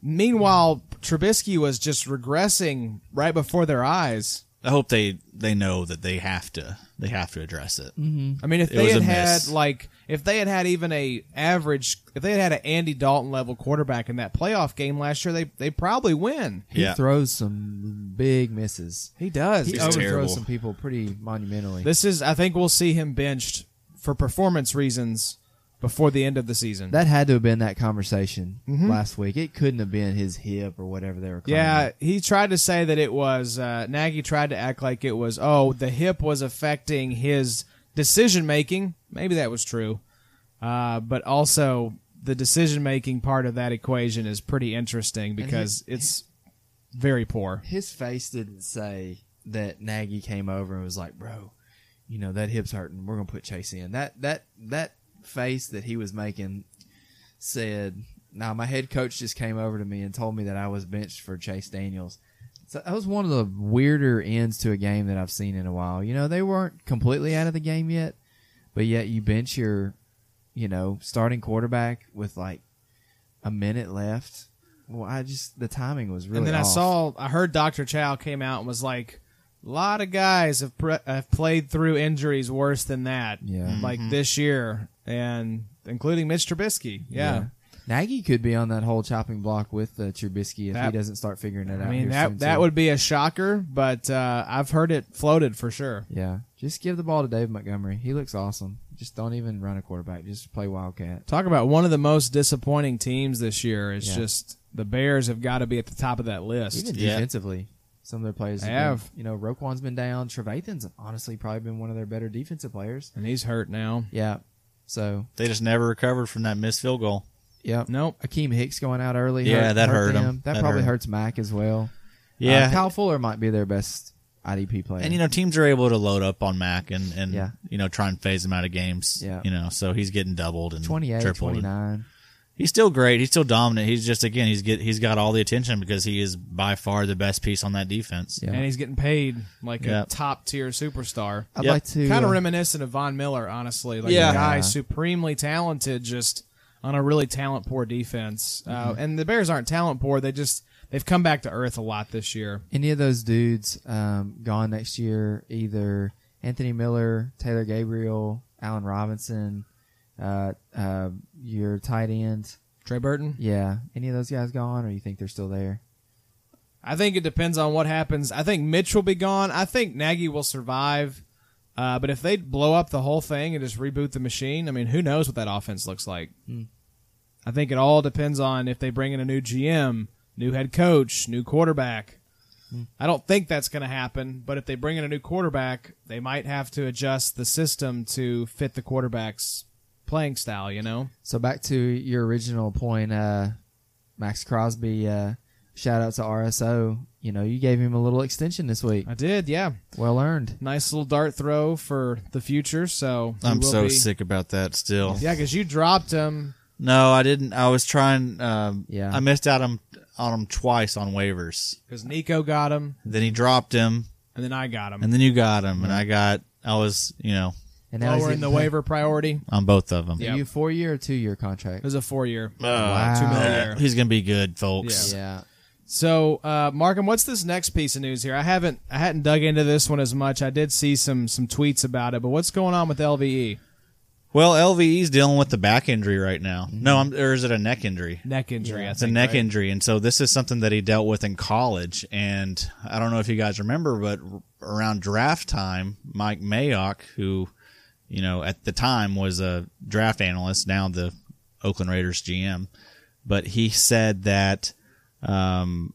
B: meanwhile, Trubisky was just regressing right before their eyes.
C: I hope they they know that they have to they have to address it.
B: I mean, if
C: It
B: they
C: was
B: had
C: a
B: had
C: miss.
B: like, if they had had even a average, if they had had an Andy Dalton level quarterback in that playoff game last year, they they probably win.
D: He
C: Yeah.
D: throws some big misses.
B: He does.
D: He
B: He's
D: overthrows
C: terrible.
D: some people pretty monumentally.
B: This is, I think, we'll see him benched for performance reasons before the end of the season.
D: That had to have been that conversation last week. It couldn't have been his hip or whatever they were. Calling
B: Yeah,
D: it.
B: he tried to say that it was uh, Nagy tried to act like it was oh the hip was affecting his decision making. Maybe that was true, uh, but also the decision making part of that equation is pretty interesting because it's very poor.
D: his face didn't say that Nagy came over and was like, "Bro, you know that hip's hurting. We're gonna put Chase in." That that that face that he was making said, "Now my head coach just came over to me and told me that I was benched for Chase Daniels." So that was one of the weirder ends to a game that I've seen in a while. You know, they weren't completely out of the game yet, but yet you bench your, you know, starting quarterback with like a minute left. Well, I just the timing was really.
B: and then I
D: off.
B: saw I heard Dr. Chow came out and was like, a lot of guys have pre- have played through injuries worse than that,
D: Yeah. Mm-hmm.
B: like this year, and including Mitch Trubisky. yeah.
D: Nagy could be on that whole chopping block with uh, Trubisky if he
B: That-
D: doesn't start figuring it out.
B: I mean
D: here soon,
B: that that
D: too.
B: would be a shocker, but uh, I've heard it floated for sure.
D: Yeah, just give the ball to Dave Montgomery. He looks awesome. Just don't even run a quarterback. Just play Wildcat.
B: Talk about one of the most disappointing teams this year. It's
D: Yeah.
B: just the Bears have got to be at the top of that list.
D: Even
C: Yeah.
D: defensively, some of their players
B: They
D: have. been-
B: have.
D: you know, Roquan's been down. Trevathan's honestly probably been one of their better defensive players.
B: and he's hurt now.
D: Yeah. So
C: They just never recovered from that missed field goal.
D: yeah.
B: Nope.
D: Akeem Hicks going out early.
C: Yeah,
D: hurt,
C: that hurt him.
D: That,
C: That
D: probably
C: hurt him.
D: hurts Mac as well.
C: Yeah,
D: Uh, Kyle Fuller might be their best IDP player.
C: and you know teams are able to load up on Mac and and
D: Yeah.
C: you know try and phase him out of games.
D: Yeah.
C: you know so he's getting doubled and
D: 28,
C: tripled.
D: 29.
C: He's still great. He's still dominant. He's just again he's get he's got all the attention because he is by far the best piece on that defense.
D: Yeah.
B: and he's getting paid like
C: Yeah.
B: a top tier superstar.
D: I'd
C: Yep.
D: like to
B: Kind of
D: uh,
B: reminiscent of Von Miller, honestly. Like
C: Yeah.
B: a guy
D: Yeah.
B: supremely talented, just on a really talent poor defense.
D: Mm-hmm.
B: Uh, and the Bears aren't talent poor; they just they've come back to earth a lot this year.
D: any of those dudes um, gone next year, either Anthony Miller, Taylor Gabriel, Allen Robinson, uh, uh, your tight end.
B: Trey Burton.
D: Yeah. Any of those guys gone, or you think they're still there?
B: I think it depends on what happens. I think Mitch will be gone. I think Nagy will survive. Uh, but if they blow up the whole thing and just reboot the machine, I mean, who knows what that offense looks like? I think it all depends on if they bring in a new GM, new head coach, new quarterback. I don't think that's going to happen, but if they bring in a new quarterback, they might have to adjust the system to fit the quarterback's playing style, you know?
D: So back to your original point, uh, Max Crosby. Uh, shout out to RSO. You know, you gave him a little extension this week.
B: I did, yeah.
D: Well earned.
B: Nice little dart throw for the future, so we
C: I'm
B: will
C: so
B: be-
C: sick about that still.
B: Yeah, because you dropped him.
C: No, I didn't. I was trying. Um,
D: Yeah.
C: I missed out on on him twice on waivers.
B: because Nico got him,
C: Then he dropped him,
B: and then I got him.
C: and then you got him, and I got. I was you know
D: And now
B: Lower
D: he's
B: in the
D: getting paid-
B: waiver priority.
C: on both of them.
B: Yeah.
D: Are you four year or two year
B: It
D: contract?
B: was a four year.
D: Wow.
B: Two million.
C: Uh, he's gonna be good, folks.
D: Yeah.
B: So, uh, Markham, what's this next piece of news here? I haven't I hadn't dug into this one as much. I did see some some tweets about it, but what's going on with E? LVE
C: Well, LVE's dealing with the back injury right now. No, I'm, or is it a neck injury?
B: neck injury? I
C: It's a
B: think,
C: neck
B: right?
C: injury, and so this is something that he dealt with in college. And I don't know if you guys remember, but r- around draft time, Mike Mayock, who you know at the time was a draft analyst, now the Oakland Raiders GM, but he said that um,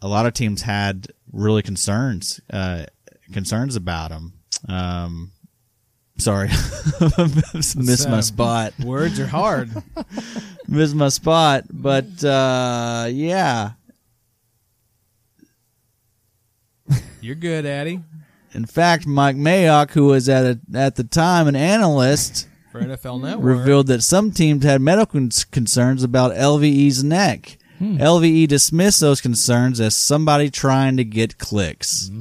C: a lot of teams had really concerns uh, concerns about him. Um, sorry, (laughs) missed my
B: um,
C: spot
B: (laughs) Words are hard.
C: missed my spot, but uh, yeah.
B: You're good, Addy.
C: In fact, Mike Mayock, who was at a, at the time an analyst,
B: For NFL Network,
C: revealed that some teams had medical cons- concerns about LVE's neck. LVE dismissed those concerns as somebody trying to get clicks.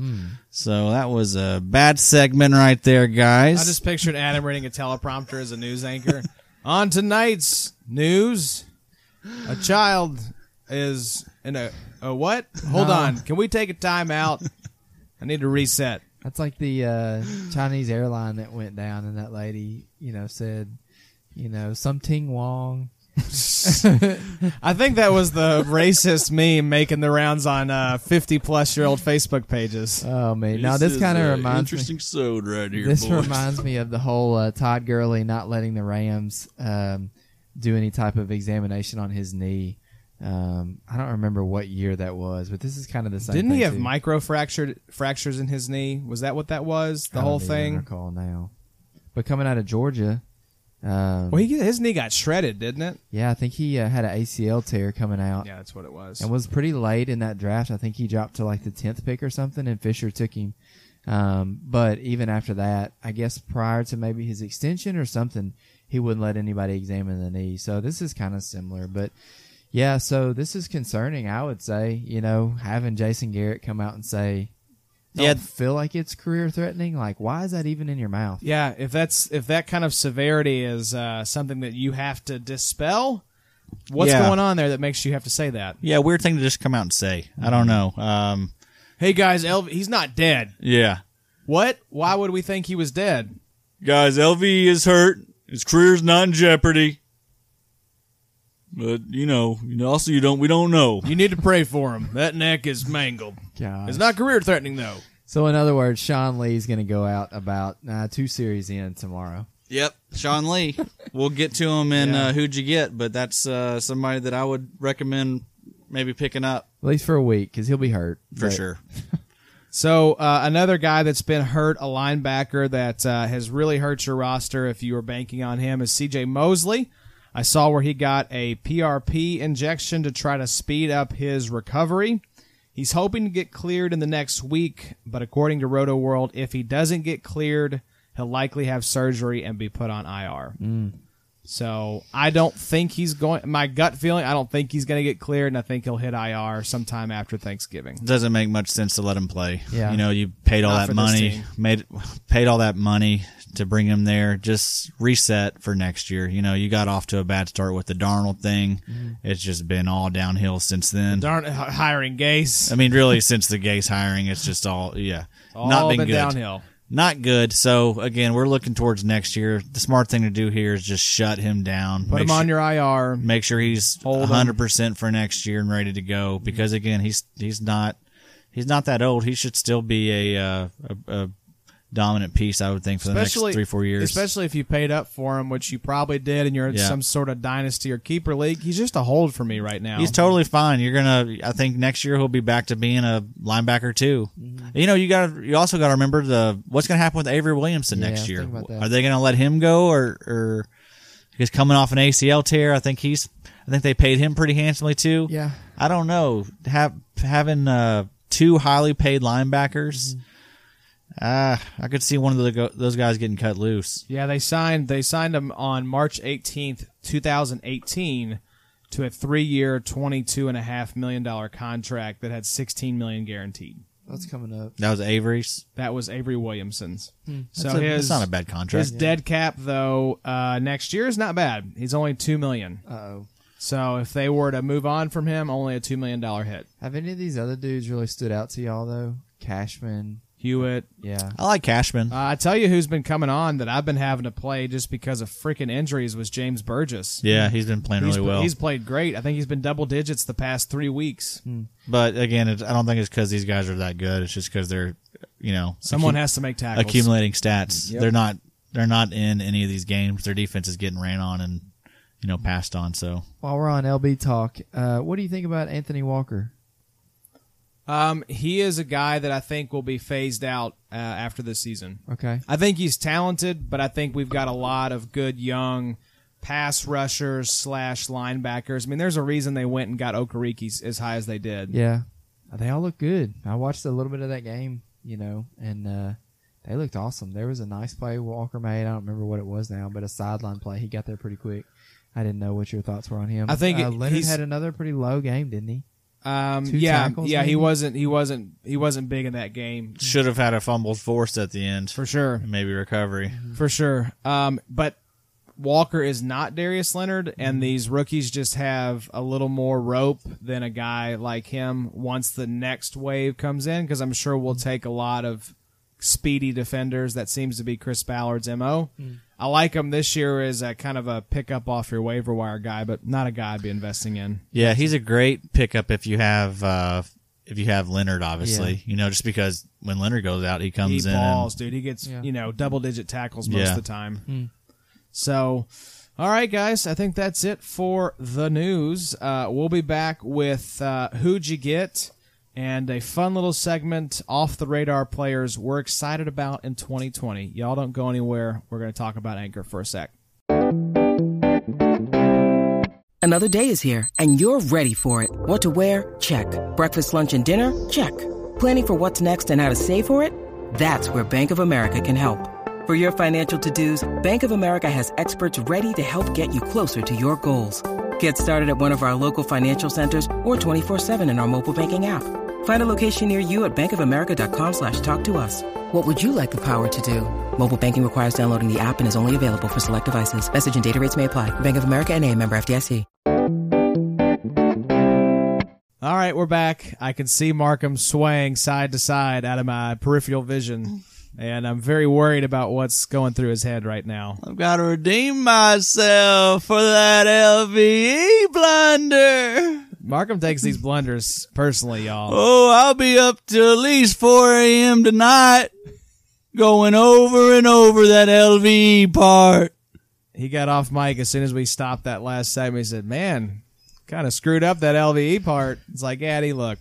C: So that was a bad segment right there,
B: I
C: guys.
B: just pictured Adam reading a teleprompter as a news
D: (laughs)
B: anchor. on tonight's news, a child is in a a what? Hold on. Can we take a time out? I need to reset.
D: That's like the uh, Chinese airline that went down, and that lady, you know, said, you know, some Ting Wong.
B: I think that was
D: (laughs)
B: the racist meme making the rounds on uh, 50 plus year old Facebook pages.
D: Oh man, now this kind of reminds me.
C: sode right here.
D: This reminds me of the whole uh, Todd Gurley not letting the Rams um, do any type of examination on his knee. Um, I don't remember what year that was, but this is kind of the same.
B: Didn't he
D: thing,
B: have
D: too.
B: micro fractured fractures in his knee? Was that what that was? The
D: I
B: whole
D: don't even
B: thing.
D: Recall now, but coming out of Georgia, um,
B: Well, he, his knee got shredded, didn't it?
D: yeah, I think he uh, had an ACL tear coming out.
B: Yeah, that's what it was.
D: and was pretty late in that draft. I think he dropped to like the tenth pick or something, and Fisher took him. Um, but even after that, I guess prior to maybe his extension or something, he wouldn't let anybody examine the knee. So this is kind of similar, but yeah, so this is concerning. I would say, you know, having Jason Garrett come out and say, "Don't
C: Yeah.
D: feel like it's career threatening." Like, why is that even in your mouth?
B: Yeah, if that's if that kind of severity is uh, something that you have to dispel, what's
C: Yeah.
B: going on there that makes you have to say that?
C: Yeah, weird thing to just come out and say. I don't know. Um,
B: Hey guys, Elv, he's not dead.
C: yeah,
B: What? Why would we think he was dead?
C: guys, LVE is hurt. His career's not in jeopardy. But you know, you know, also you don't. We don't know.
B: You need to pray for him. That neck is mangled.
D: Gosh.
B: It's not career threatening though.
D: So in other words, Sean Lee's going to go out about uh, two series in tomorrow.
C: Yep, Sean Lee. we'll get to him in
B: Yeah.
C: uh, who'd you get, but that's uh, somebody that I would recommend maybe picking up
D: At least for a week, because he'll be hurt.
C: for
D: But-
C: sure.
B: So uh, another guy that's been hurt, a linebacker that uh, has really hurt your roster if you were banking on him, is C.J. Mosley. I saw where he got a PRP injection to try to speed up his recovery. He's hoping to get cleared in the next week, but according to Roto World, if he doesn't get cleared, he'll likely have surgery and be put on IR. So I don't think he's going. My gut feeling, I don't think he's going to get cleared, and I think he'll hit IR sometime after Thanksgiving.
C: doesn't make much sense to let him play.
D: Yeah.
C: You know, you paid all
B: Not for
C: that
B: this
C: money,
B: team.
C: made paid all that money to bring him there. Just reset for next year. You know, you got off to a bad start with the Darnold thing.
B: Mm-hmm.
C: It's just been all downhill since then.
B: Darn h- hiring Gase.
C: I mean, really, since the Gase hiring, it's just all yeah,
B: All
C: not been,
B: been
C: good.
B: downhill.
C: Not good. So again, we're looking towards next year. The smart thing to do here is just shut him down.
B: Put
C: make
B: him on
C: su-
B: your IR.
C: make sure he's
B: Hold him.
C: 100% for next year and ready to go
D: Mm-hmm.
C: because again he's he's not he's not that old he should still be a uh, a, a dominant piece i would think for the next
B: Especially
C: 3 4 years
B: especially if you paid up for him, which you probably did, and you're in
C: Yeah.
B: some sort of dynasty or keeper league. He's just a hold for me right now.
C: He's totally fine. You're gonna. I think next year he'll be back to being a linebacker too.
D: Mm-hmm.
C: You know, you got. to You also got to remember the what's gonna happen with Avery Williamson
D: Yeah,
C: next year.
D: think about that.
C: Are they gonna let him go or or he's coming off an ACL tear? I think he's. I think they paid him pretty handsomely too.
D: Yeah.
C: I don't know. Have having uh, two highly paid linebackers.
B: Mm-hmm.
C: Ah, I could see one of the, go- those guys getting cut loose.
B: Yeah, they signed they signed him on March 18th, 2018 to a 3-year, 22 and a half million dollar contract that had 16 million guaranteed.
D: That's coming up.
C: That was Avery's.
B: That was Avery Williamson's. So
C: That's, a- that's
B: his
C: not a bad contract.
B: his dead cap though uh, next year is not bad. He's only 2 million.
D: Uh oh.
B: So if they were to move on from him, only a 2 million dollar hit.
D: Have any of these other dudes really stood out to y'all though? Cashman.
B: Hewitt.
D: Yeah.
C: I like Cashman.
B: Uh, I tell you who's been coming on that I've been having to play just because of freaking injuries was James Burgess.
C: yeah, he's been playing
B: He's,
C: really well.
B: he's played great. I think he's been double digits the past three weeks.
C: But again, it's, I don't think it's because these guys are that good. It's just because they're, you know,
B: Someone
C: accu-
B: has to make tackles.
C: accumulating stats.
B: Yep.
C: They're not. They're not in any of these games. Their defense is getting ran on and, you know, passed on. So
B: Mm-hmm.
D: While we're on LB talk, uh, what do you think about Anthony Walker?
B: Um, he is a guy that I think will be phased out uh, after this season.
D: Okay.
B: I think he's talented, but I think we've got a lot of good young pass rushers slash linebackers. I mean, there's a reason they went and got Okariki as high as they did.
D: Yeah. Uh, They all look good. I watched a little bit of that game, you know, and uh, they looked awesome. There was a nice play Walker made. I don't remember what it was now, but a sideline play. He got there pretty quick. I didn't know what your thoughts were on him.
B: I think
D: uh,
B: it-
D: Leonard
B: he's-
D: had another pretty low game, didn't he?
B: Um,
D: Two
B: yeah,
D: tackles,
B: yeah, he
D: maybe?
B: wasn't, he wasn't, he wasn't big in that game
C: should have had a fumble forced at the end
B: for sure. Mm-hmm.
C: maybe recovery.
B: For sure. Um, but Walker is not Darius Leonard, and these rookies just have a little more rope than a guy like him once the next wave comes in, because I'm sure we'll take a lot of speedy defenders. That seems to be Chris Ballard's MO. I like him this year as a kind of a pick up off your waiver wire guy, but not a guy I'd be investing in.
C: Yeah, he's a great pickup if you have uh, if you have Leonard. Obviously,
D: Yeah.
C: you know, just because when Leonard goes out, he comes
B: he
C: in. and-
B: balls, dude. He gets
D: Yeah.
B: you know double digit tackles most
C: Yeah.
B: of the time. So, all right, guys, I think that's it for the news. Uh, we'll be back with uh, who'd you get and a fun little segment off the radar players we're excited about in 2020. Y'all don't go anywhere. We're going to talk about Anchor for a sec.
E: Another day is here, and you're ready for it. What to wear? Check. Breakfast, lunch, and dinner? Check. Planning for what's next and how to save for it? That's where Bank of America can help. For your financial to-dos, Bank of America has experts ready to help get you closer to your goals. Get started at one of our local financial centers or 24-7 in our mobile banking app. Find a location near you at bankofamerica.com slash talk to us. What would you like the power to do? Mobile banking requires downloading the app and is only available for select devices. Message and data rates may apply. Bank of America and a member FDIC.
B: All right, we're back. I can see Markham swaying side to side out of my peripheral vision, and I'm very worried about what's going through his head right now.
C: I've got to redeem myself for that LVE blunder.
B: Markham takes these blunders personally, y'all.
C: Oh, I'll be up till at least 4 a.m. tonight going over and over that LVE part.
B: He got off mic as soon as we stopped that last segment. He said, "Man, kind of screwed up that LVE part." It's like, Addy, look,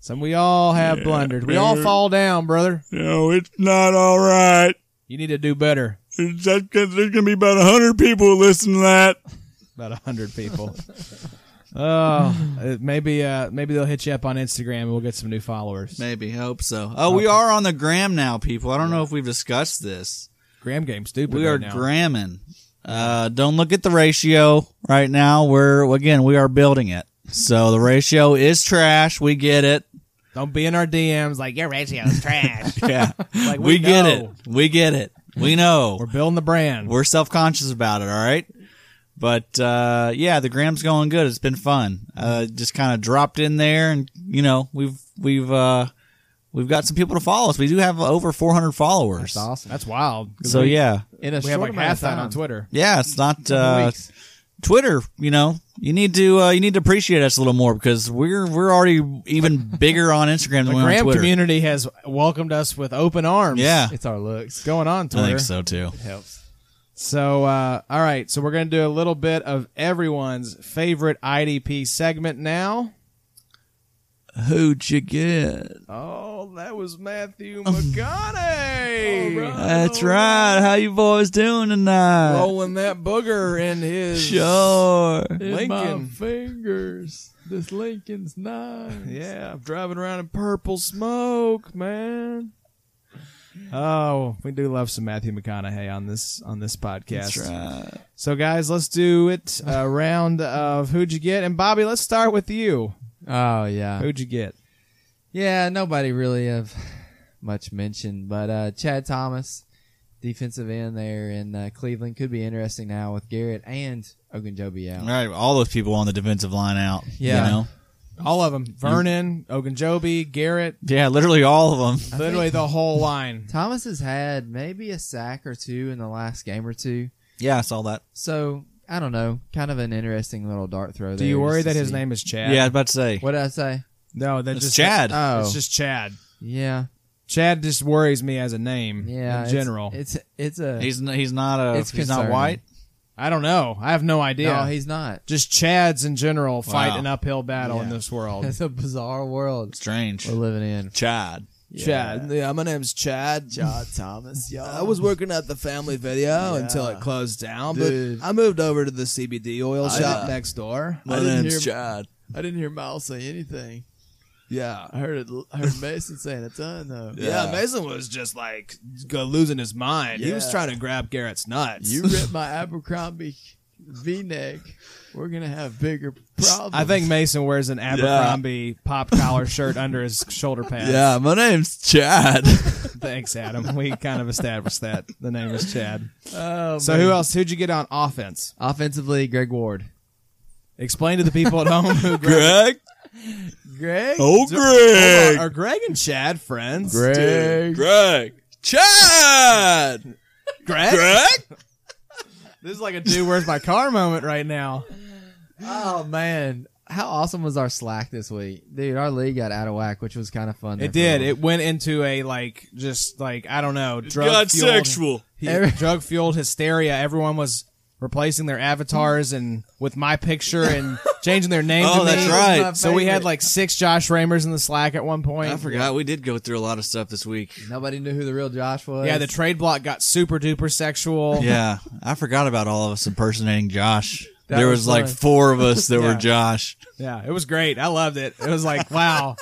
B: some we all have blundered. We all fall down, brother.
C: No, it's not all right.
B: You need to do better.
C: It's just 'cause there's going to be about 100 people who listen to that.
B: About a hundred
C: (laughs)
B: people. Oh, it- maybe uh, maybe they'll hit you up on Instagram and we'll get some new followers.
C: Maybe, hope so. Oh, we are on the gram now, people. I don't know if we've discussed this.
B: Graham game stupid.
C: We are
B: right now.
C: gramming. Uh, don't look at the ratio right now. We're again, we are building it. So the ratio is trash. We get it. (laughs)
B: Don't be in our DMs like your ratio is trash.
C: Yeah,
B: Like,
C: we,
B: we
C: get it.
B: know.
C: We get it. We know.
B: We're building the brand.
C: We're self conscious about it, all right? But uh, yeah, the gram's going good. It's been fun. Uh, just kind of dropped in there, and you know we've we've uh, we've got some people to follow us. We do have over 400 followers.
D: It's awesome.
B: That's wild. 'Cause
C: So
B: we,
C: yeah,
D: in a
B: we
D: short
B: have like
D: amount
B: half
D: of
B: that
D: time
B: on Twitter.
C: yeah. It's not
D: Couple
C: uh,
D: weeks.
C: Twitter. You know, you need to uh, you need to appreciate us a little more because we're we're already even bigger on Instagram
B: The
C: than we're on
B: Graham
C: Twitter.
B: community has welcomed us with open arms.
C: Yeah,
D: It's our looks.
B: going on
C: I
B: Twitter.
C: think so too.
D: Helps.
B: So, uh, all right. So we're going to do a little bit of everyone's favorite IDP segment now.
C: Who'd you get? Oh,
B: Oh, that was
C: (laughs)
B: Matthew McConaughey
C: That's right. How you boys doing tonight?
B: rolling that booger in his
C: Sure.
B: Lincoln.
D: fingers. This Lincoln's nine.
B: Yeah, I'm driving around in purple smoke, man. Oh, we do love some Matthew McConaughey on this on this podcast. So, guys, let's do it a round of who'd you get, and Bobby, let's start with you.
D: (laughs) Oh yeah.
B: Who'd you get?
D: Yeah. Nobody really have much mentioned, but uh, Chad Thomas, defensive end there in uh, Cleveland, could be interesting now with Garrett and Ogunjobi out.
C: All right, all those people on the defensive line out.
D: Yeah.
C: You know?
B: All of them: Vernon, Ogunjobi, Garrett,
C: Yeah, literally all of them.
B: literally the whole line.
D: Thomas has had maybe a sack or two in the last game or two,
C: Yeah, I saw that.
D: so I don't know. Kind of an interesting little dart throw.
B: Do
D: there
B: you
D: just
B: worry
D: to
B: that his
D: see.
B: name is Chad?
C: Yeah, I was about to say.
D: What did I say?
B: No, that's
C: It's
B: just
C: Chad.
D: Oh,
B: It's just Chad.
D: yeah,
B: Chad just worries me as a name.
D: yeah.
B: in
D: it's-
B: general. uh,
D: it's it's a
C: he's n- he's not a
D: It's
C: he's
D: concerning.
C: not white.
B: I don't know. I have no idea.
D: no, he's not.
B: just Chads in general fight
C: Wow.
B: an uphill battle in
D: Yeah.
B: this
D: (laughs)
B: world.
D: It's a bizarre world
C: Strange.
D: we're living in.
C: Chad.
B: Chad. Yeah, my name's Chad. Chad Thomas. Yeah. I was working at the family video until it closed down,
D: Dude.
B: but I moved over to the CBD oil shop next door.
C: My
D: didn't name's hear-
C: Chad.
D: I didn't hear Miles say anything.
B: Yeah.
D: I heard it, I heard Mason saying a ton though.
B: Yeah, Mason was just like go- losing his mind. He was
D: Yeah.
B: trying to grab Garrett's nuts. (laughs)
D: ripped my Abercrombie V-neck. We're gonna have bigger problems.
B: I think Mason wears an Abercrombie pop collar shirt under his shoulder pads.
D: Oh,
C: my name's Chad.
B: Thanks, Adam. We kind of established that. The name is Chad.
D: Oh,
B: So who else? Who'd you get on offense?
D: Offensively, Greg Ward.
B: Explain to the people at home who Greg,
C: Greg.
D: Greg.
C: Oh,
B: Hold on,
C: Greg.
B: are Greg and Chad friends?
D: Greg.
C: Greg. Chad.
B: Greg?
C: Greg.
B: This is like a (laughs) dude, where's my car moment right now.
D: Oh man, how awesome was our Slack this week, dude? Our league got out of whack, which was kind of fun. there
B: It
D: for a
B: did.
D: while.
B: It went into a like just like I don't know, drug
C: God
B: fueled
C: sexual.
D: Every-
B: drug fueled hysteria. Everyone was replacing their avatars and with my picture and changing their name
C: Oh,
B: to me.
C: that's right.
B: So we had like six Josh Ramers in the Slack at one point.
C: I forgot we did go through a lot of stuff this week.
D: Nobody knew who the real Josh was.
B: Yeah, the trade block got super duper sexual.
C: Yeah, I forgot about all of us impersonating Josh. there was,
D: was
C: like
D: fun.
C: four of
D: (laughs)
C: us that
B: Yeah.
C: were Josh.
B: Yeah, it was great. I loved it. It was like, wow,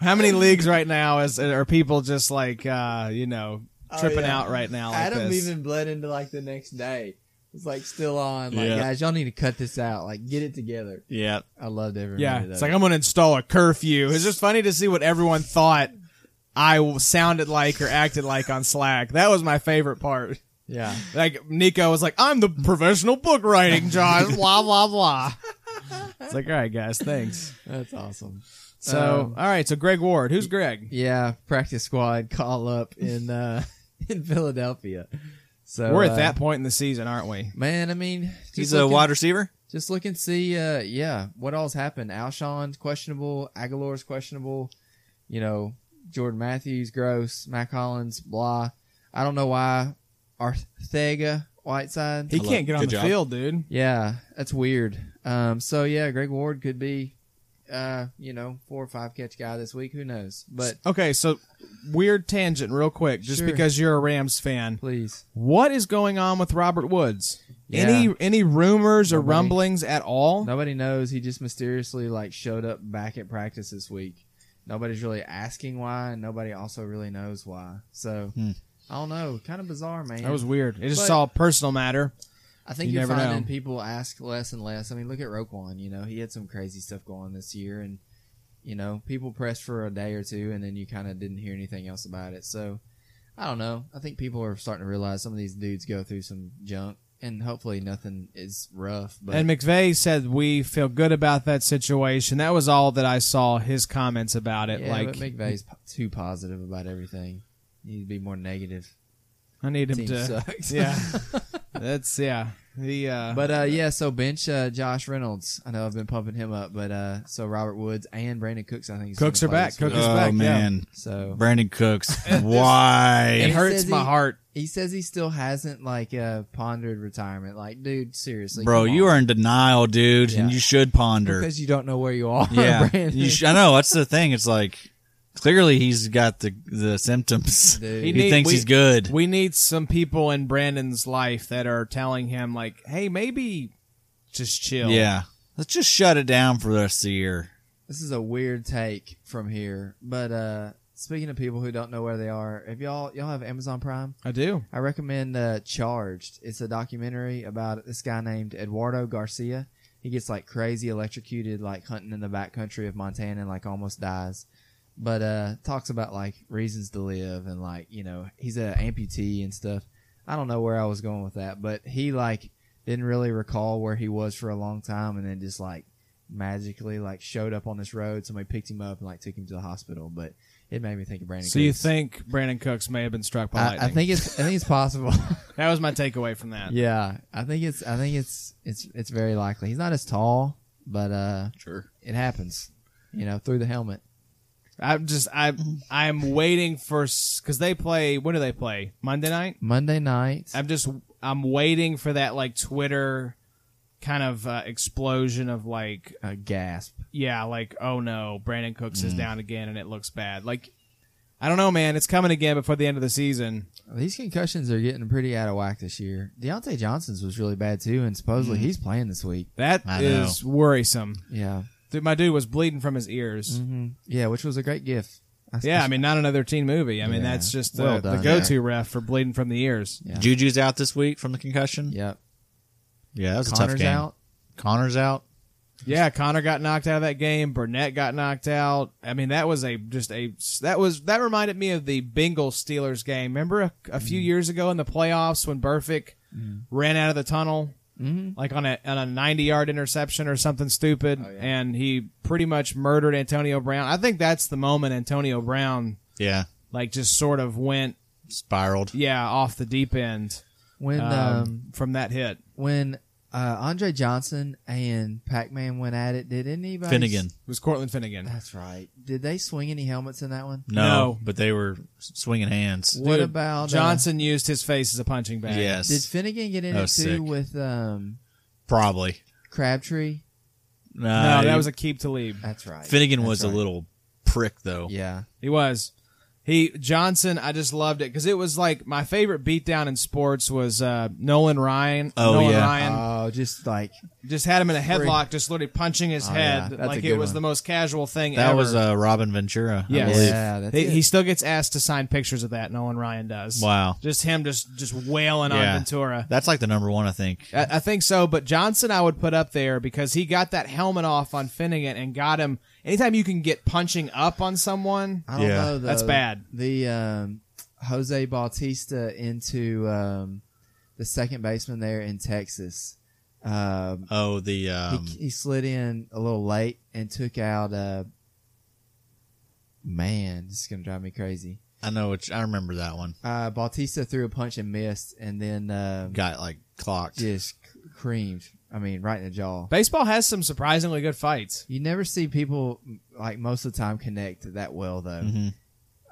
B: how many leagues right now is are people just like, uh, you know, tripping
D: yeah.
B: out right now? Like
D: Adam
B: this?
D: even bled into like the next day. It's like still on. Like
C: Yeah.
D: guys, y'all need to cut this out. Like get it together.
C: Yeah.
D: I loved every
B: yeah,
D: minute of
B: it's
D: it.
B: like I'm gonna install a curfew. It's just funny to see what everyone thought I w- sounded like or acted like on Slack. That was my favorite part.
D: yeah.
B: Like Nico was like, "I'm the professional book writing, (laughs) Josh." blah blah blah. It's like, all right, guys, thanks.
D: That's awesome.
B: (laughs) So,
D: Um,
B: all right, so Greg Ward, who's Greg?
D: Yeah, practice squad call up in uh (laughs) in Philadelphia. So
B: We're
D: uh,
B: at that point in the season, aren't we?
D: man. I mean, just
C: He's a
D: look and-
C: wide receiver.
D: Just look and see. Uh, yeah, what all's happened? Alshon's questionable. Aguilar's questionable. You know, Jordan Matthews, Gross, Mac Hollins, blah. I don't know why Arthega Whiteside.
B: He
C: Hello.
B: can't get on
C: Good
B: the
C: job.
B: field, dude.
D: Yeah, that's weird. Um, so yeah, Greg Ward could be, uh, you know, four or five catch guy this week. Who knows? But
B: Okay, so weird tangent, real quick, just
D: Sure.
B: because you're a Rams fan.
D: please,
B: What is going on with Robert Woods?
D: Yeah.
B: Any any rumors or
D: Nobody-
B: rumblings at all?
D: nobody knows. He just mysteriously like showed up back at practice this week. Nobody's really asking why, and nobody also really knows Hmm. why. So I don't know. Kind of bizarre, man.
B: That was weird. It just
D: But-
B: saw a personal matter.
D: I think
B: You
D: you are
B: never know.
D: finding people ask less and less. I mean, look at Roquan. You know, he had some crazy stuff going on this year, and you know, people pressed for a day or two, and then you kind of didn't hear anything else about it. So, I don't know. I think people are starting to realize some of these dudes go through some junk, and hopefully nothing is rough. But
B: and McVeigh said we feel good about that situation. That was all that I saw his comments about it.
D: yeah,
B: like
D: but McVay's p- too positive about everything. He needs to be more negative.
B: I need him
D: Team
B: to.
D: sucks.
B: Yeah, (laughs) that's yeah. The uh,
D: (laughs) But uh, yeah, so bench uh, Josh Reynolds. I know I've been pumping him up, but uh, so Robert Woods and Brandon Cooks. I think is
B: Cooks are
D: gonna play
B: back.
D: this
B: Cook
D: week.
B: is back.
C: Oh
B: yeah.
C: man,
D: So
C: Brandon
D: (laughs)
C: Cooks. Why?
B: It
D: He
B: hurts
D: says
B: my
D: he-
B: heart.
D: he says he still hasn't like uh, pondered retirement. Like, dude, seriously,
C: Bro,
D: come
C: you
D: on.
C: are in denial, dude, and
D: Yeah.
C: you should ponder.
D: because you don't know where you are. (laughs)
C: yeah,
D: Brandon.
C: you sh- I know that's the thing. It's like clearly he's got the the symptoms.
D: Dude.
C: He,
B: He need-
C: thinks
B: we-
C: he's good.
B: We need some people in Brandon's life that are telling him like, "Hey, maybe just chill."
C: yeah, let's just shut it down for the rest of the year.
D: This is a weird take from here, but uh, speaking of people who don't know where they are, if y'all y'all have Amazon Prime,
B: I do.
D: I recommend uh, Charged. It's a documentary about this guy named Eduardo Garcia. He gets like crazy electrocuted, like hunting in the backcountry of Montana, and like almost dies. But uh, talks about like reasons to live and like you know he's a amputee and stuff. I don't know where I was going with that, but he like didn't really recall where he was for a long time, and then just like magically like showed up on this road. Somebody picked him up and like took him to the hospital. But it made me think of Brandon.
B: So you
D: Cooks.
B: think Brandon Cooks may have been struck by lightning?
D: I, I think it's I think
B: (laughs)
D: it's possible.
B: that was my takeaway from that.
D: Yeah, I think it's I think it's it's it's very likely. He's not as tall, but uh
C: Sure.
D: it happens. You know, through the helmet.
B: I'm just I I'm waiting for because they play. When do they play? Monday night.
D: Monday night.
B: I'm just I'm waiting for that like Twitter kind of uh, explosion of like
D: A gasp.
B: yeah like oh no Brandon Cooks
D: Mm.
B: is down again and it looks bad like I don't know man it's coming again before the end of the season
D: These concussions are getting pretty out of whack this year. Deontay Johnson's was really bad too, and supposedly he's playing this week.
B: That is
C: I know.
B: worrisome
D: Yeah.
B: dude my dude was bleeding from his ears
D: hmm Yeah, which was a great gift. I-
B: yeah I mean not another teen movie I mean
D: Yeah.
B: that's just the,
D: Well
B: the
D: done,
B: go-to ref for bleeding from the ears
D: Yeah.
C: Juju's out this week from the concussion.
D: Yep.
C: Yeah, that was a tough
D: Connor's
C: game.
D: out.
C: Connor's out.
B: yeah Connor got knocked out of that game Burnett got knocked out I mean that was a just a that was that reminded me of the Bengals Steelers game remember a, a few years ago in the playoffs when Burfict ran out of the tunnel
D: Mhm.
B: like on a on a 90 yard interception or something stupid and he pretty much murdered Antonio Brown I think that's the moment Antonio Brown
C: Yeah,
B: like just sort of went
C: spiraled.
B: yeah off the deep end
D: When
B: um,
D: um
B: from that hit.
D: when uh Andre Johnson and Pac Man went at it, did anybody
C: Finnegan.
B: It was Cortland Finnegan.
D: That's right. Did they swing any helmets in that one?
C: No,
B: No.
C: but they were swinging hands.
D: What
B: Dude,
D: about uh,
B: Johnson used his face as a punching bag?
C: Yes,
D: Did Finnegan get in
C: That
D: it
C: was
D: too
C: sick.
D: with um,
C: probably.
D: Crabtree?
C: Uh,
B: No, that was a keep to leave.
D: That's right.
C: Finnegan
D: That's
C: was
D: right.
C: a little prick though.
D: Yeah.
B: He was. He Johnson, I just loved it because it was like my favorite beatdown in sports was uh, Nolan Ryan.
C: Oh,
B: Nolan
C: yeah.
B: Ryan
D: oh, just like
B: just had him in a headlock, just literally punching his
D: Oh, yeah.
B: head
D: That's a
B: like it
D: good
B: was
D: one.
B: the most casual thing.
C: That
B: ever.
C: was uh, Robin Ventura. I
B: Yes.
C: believe.
D: Yeah, that's
B: he,
D: it.
B: he still gets asked to sign pictures of that. Nolan Ryan does.
C: Wow.
B: just him just just wailing on
C: Yeah.
B: Ventura.
C: That's like the number one, I think.
B: I, I think so, but Johnson I would put up there because he got that helmet off on Finnegan and got him. Anytime you can get punching up on someone,
D: I don't
C: Yeah.
D: know. Though,
B: That's bad.
D: The um, Jose Bautista into um, the second baseman there in Texas. Um,
C: Oh, the um,
D: he, he slid in a little late and took out. Uh, man, this is gonna drive me crazy.
C: I know which I remember that one.
D: Uh, Bautista threw a punch and missed, and then um,
C: Got like clocked.
D: just c- creamed. I mean, right in the jaw.
B: baseball has some surprisingly good fights.
D: You never see people like most of the time connect that well, though.
B: Mm-hmm.
C: Mhm.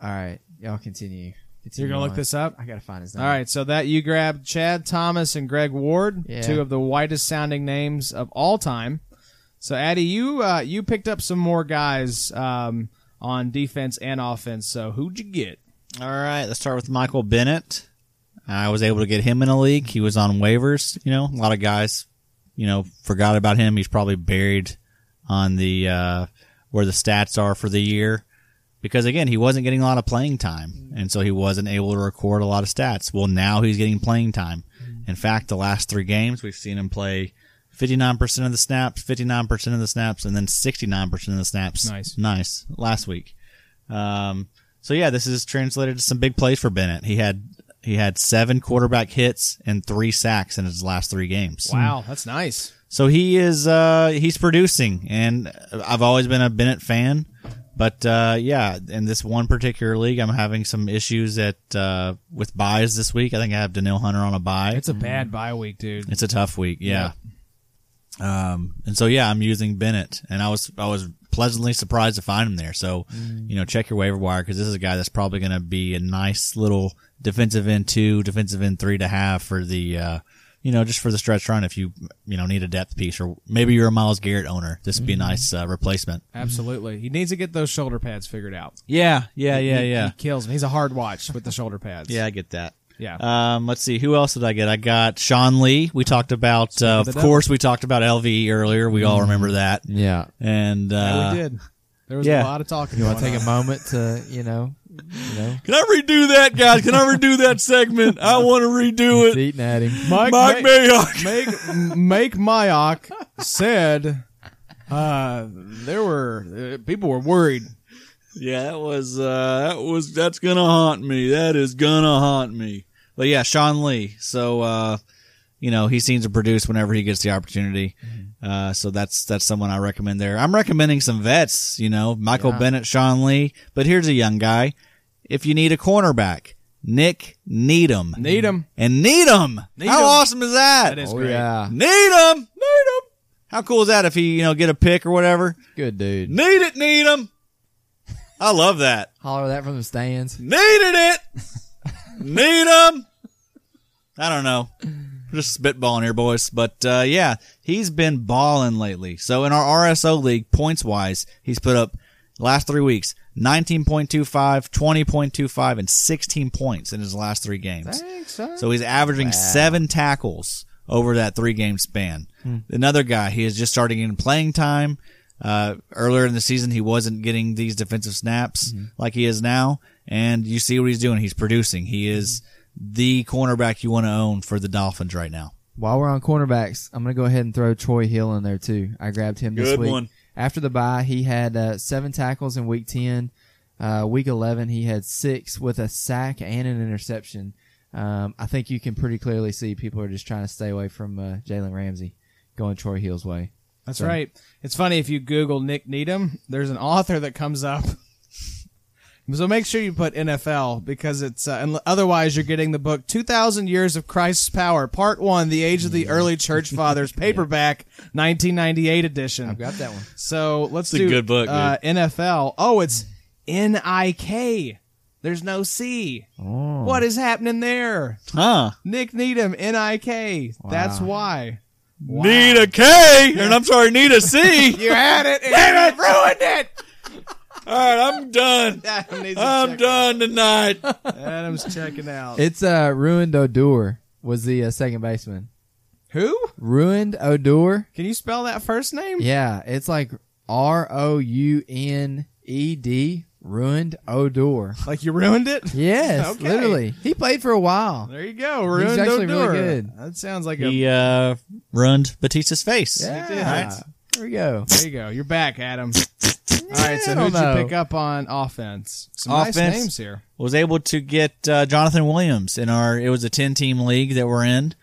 D: All right, y'all continue.
B: You're
D: Continue
B: gonna look
D: on.
B: this up.
D: I gotta find his name.
B: All right, so that you grabbed Chad Thomas and Greg Ward,
D: Yeah.
B: two of the whitest sounding names of all time. So Addy, you uh, you picked up some more guys um, on defense and offense. So who'd you get?
C: All right, let's start with Michael Bennett. I was able to get him in a league. He was on waivers. You know, a lot of guys, you know, forgot about him. He's probably buried on the uh, where the stats are for the year because again, he wasn't getting a lot of playing time, and so he wasn't able to record a lot of stats. Well, now he's getting playing time, In fact, the last three games, we've seen him play 59% of the snaps, 59% of the snaps, and then 69% of the snaps.
B: Nice.
C: Nice. Last week. Um, so yeah, this is translated to some big plays for Bennett. He had, he had seven quarterback hits and three sacks in his last three games.
B: Wow, that's nice.
C: So he is uh he's producing and I've always been a Bennett fan, but uh yeah, in this one particular league I'm having some issues at uh with buys this week. I think I have Daniil Hunter on a buy.
B: It's a bad bye week, dude.
C: It's a tough week, yeah. Um, and so yeah, I'm using Bennett, and I was I was pleasantly surprised to find him there. So, you know, check your waiver wire because this is a guy that's probably going to be a nice little defensive end two, defensive end three to have for the, uh, you know, just for the stretch run if you you know need a depth piece or maybe you're a Miles Garrett owner, this would be a nice uh, replacement.
B: Absolutely. He needs to get those shoulder pads figured out.
C: Yeah, yeah, yeah,
B: He-
C: yeah,
B: He kills him. He's a hard watch with the shoulder pads.
C: yeah. I get that.
B: Yeah.
C: Um, let's see. Who else did I get? I got Sean Lee. We talked about, uh,
B: of the
C: of Mm-hmm.
B: devil.
C: course, we talked about LVE earlier. We all remember that.
D: Yeah.
C: And uh,
B: Yeah, we did. There was a
C: yeah.
B: lot of talking.
D: You
B: going
D: want to take
B: on.
D: a moment to, you know, you
B: (laughs)
D: know,
C: Can I redo that, guys? Can I redo that segment? (laughs) I want to redo it.
D: eating at him.
B: Mike,
C: Mike
B: May-
C: (laughs) Mayock.
B: Meg, Meg Mayock said uh, there were uh, people were worried.
C: Yeah, that was uh, that was that's gonna haunt me. That is gonna haunt me. But yeah, Sean Lee. So uh, you know he seems to produce whenever he gets the opportunity. Uh, so that's that's someone I recommend there. I'm recommending some vets. You know, Michael Bennett, Sean Lee. But here's a young guy. If you need a cornerback, Nick Needham.
B: Need him.
C: and Needham. How awesome is that?
B: That is
D: Oh,
B: great.
D: yeah.
C: Need him. Need him. How cool is that if he, you know, get a pick or whatever?
D: Good dude.
C: Need it, need him. I love that.
D: Holler that from the stands.
C: Needed it. need him. I don't know. Just spitballing here, boys. But uh, yeah, he's been balling lately. So in our RSO league, points wise, he's put up last three weeks 19.25, 20.25, and 16 points in his last three games. So he's averaging seven tackles over that three game span. Another guy, he is just starting in playing time. Uh, earlier in the season, he wasn't getting these defensive snaps like he is now. And you see what he's doing. He's producing. He is the cornerback you want to own for the Dolphins right now.
D: While we're on cornerbacks, I'm going to go ahead and throw Troy Hill in there too. I grabbed him this
C: Good
D: week.
C: one.
D: After the bye, he had uh, seven tackles in week 10. Uh, week 11, he had six with a sack and an interception. Um, I think you can pretty clearly see people are just trying to stay away from uh, Jalen Ramsey going Troy Hill's way.
B: That's right. It's funny if you Google Nick Needham, there's an author that comes up. So make sure you put NFL because it's uh, and otherwise you're getting the book 2000 Years of Christ's Power Part 1 The Age of the Early Church (laughs) Fathers paperback 1998 edition.
D: Got that one.
B: So let's
C: It's a
B: do
C: good book,
B: uh, NFL. Oh, it's N I K. There's no C.
C: Oh.
B: What is happening there?
C: Huh.
B: Nick Needham, N I K. That's why.
C: Need a K, and I'm sorry, need a C.
B: (laughs) You had it. Damn it! Ruined it.
C: All right, I'm done.
B: Adam needs to
C: I'm
B: check-
C: done tonight.
B: Adam's checking out.
D: It's uh, Ruined Odor was the uh, second baseman.
B: Who?
D: Ruined Odor.
B: Can you spell that first name?
D: Yeah, it's like R O U N E D, ruined Odor.
B: Like you ruined it?
C: (laughs)
D: Yes,
B: Okay.
D: literally. He played for a while.
B: There you go. Ruined
D: actually really
B: Odor.
D: good.
B: That sounds like a.
C: He uh, ruined Batista's face.
D: Yeah.
B: Right.
D: There we go.
B: There you go. You're back, Adam.
D: (laughs)
B: All right. So
D: I don't
B: who'd you
D: know.
B: pick up on offense? Some nice
C: Offense.
B: names here.
C: was able to get uh, Jonathan Williams in our. It was a ten team league that we're in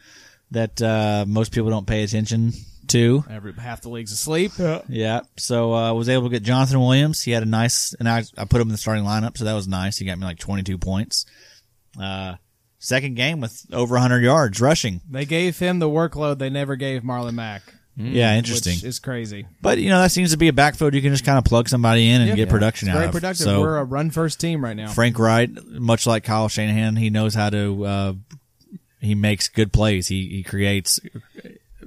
C: that uh, most people don't pay attention to.
B: Every half the league's asleep.
C: Yeah, so uh, I was able to get Jonathan Williams. He had a nice, and I, I put him in the starting lineup, so that was nice. He got me like twenty two points. Uh, second game with over hundred yards rushing.
B: They gave him the workload they never gave Marlon Mack.
C: Mm. yeah, interesting.
B: Which is crazy.
C: but you know that seems to be a backfield you can just kind of plug somebody in and get production
B: It's
C: out
B: very
C: of.
B: productive.
C: So-
B: We're a run first team right now.
C: Frank Wright, much like Kyle Shanahan, he knows how to. Uh, he makes good plays. He he creates,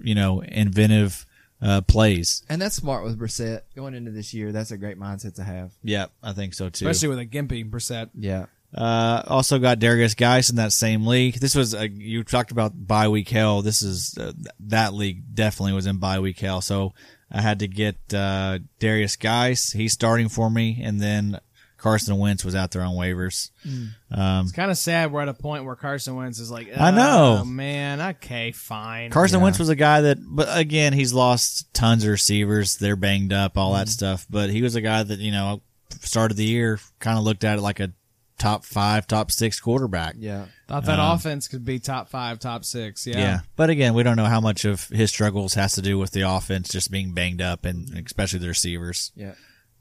C: you know, inventive uh, plays.
D: And that's smart with Brissett. Going into this year, that's a great mindset to have.
C: Yeah, I think so too.
B: Especially with a gimpy Brissett.
D: Yeah.
C: Uh, also got Darius Geis in that same league. This was a, you talked about bye week hell. This is uh, th- that league definitely was in bye week hell. So I had to get uh, Darius Geis. He's starting for me, and then Carson Wentz was out there on waivers. Um,
B: It's kind of sad we're at a point where Carson Wentz is like,
C: I know.
B: "Oh, man. Okay, fine.
C: Carson Wentz was a guy that, but again, he's lost tons of receivers. They're banged up, all that stuff. But he was a guy that you know started the year kind of looked at it like a top five, top six quarterback.
D: Yeah.
B: Thought that offense could be top five, top six. Yeah.
C: Yeah. But again, we don't know how much of his struggles has to do with the offense just being banged up and especially the receivers.
D: Yeah.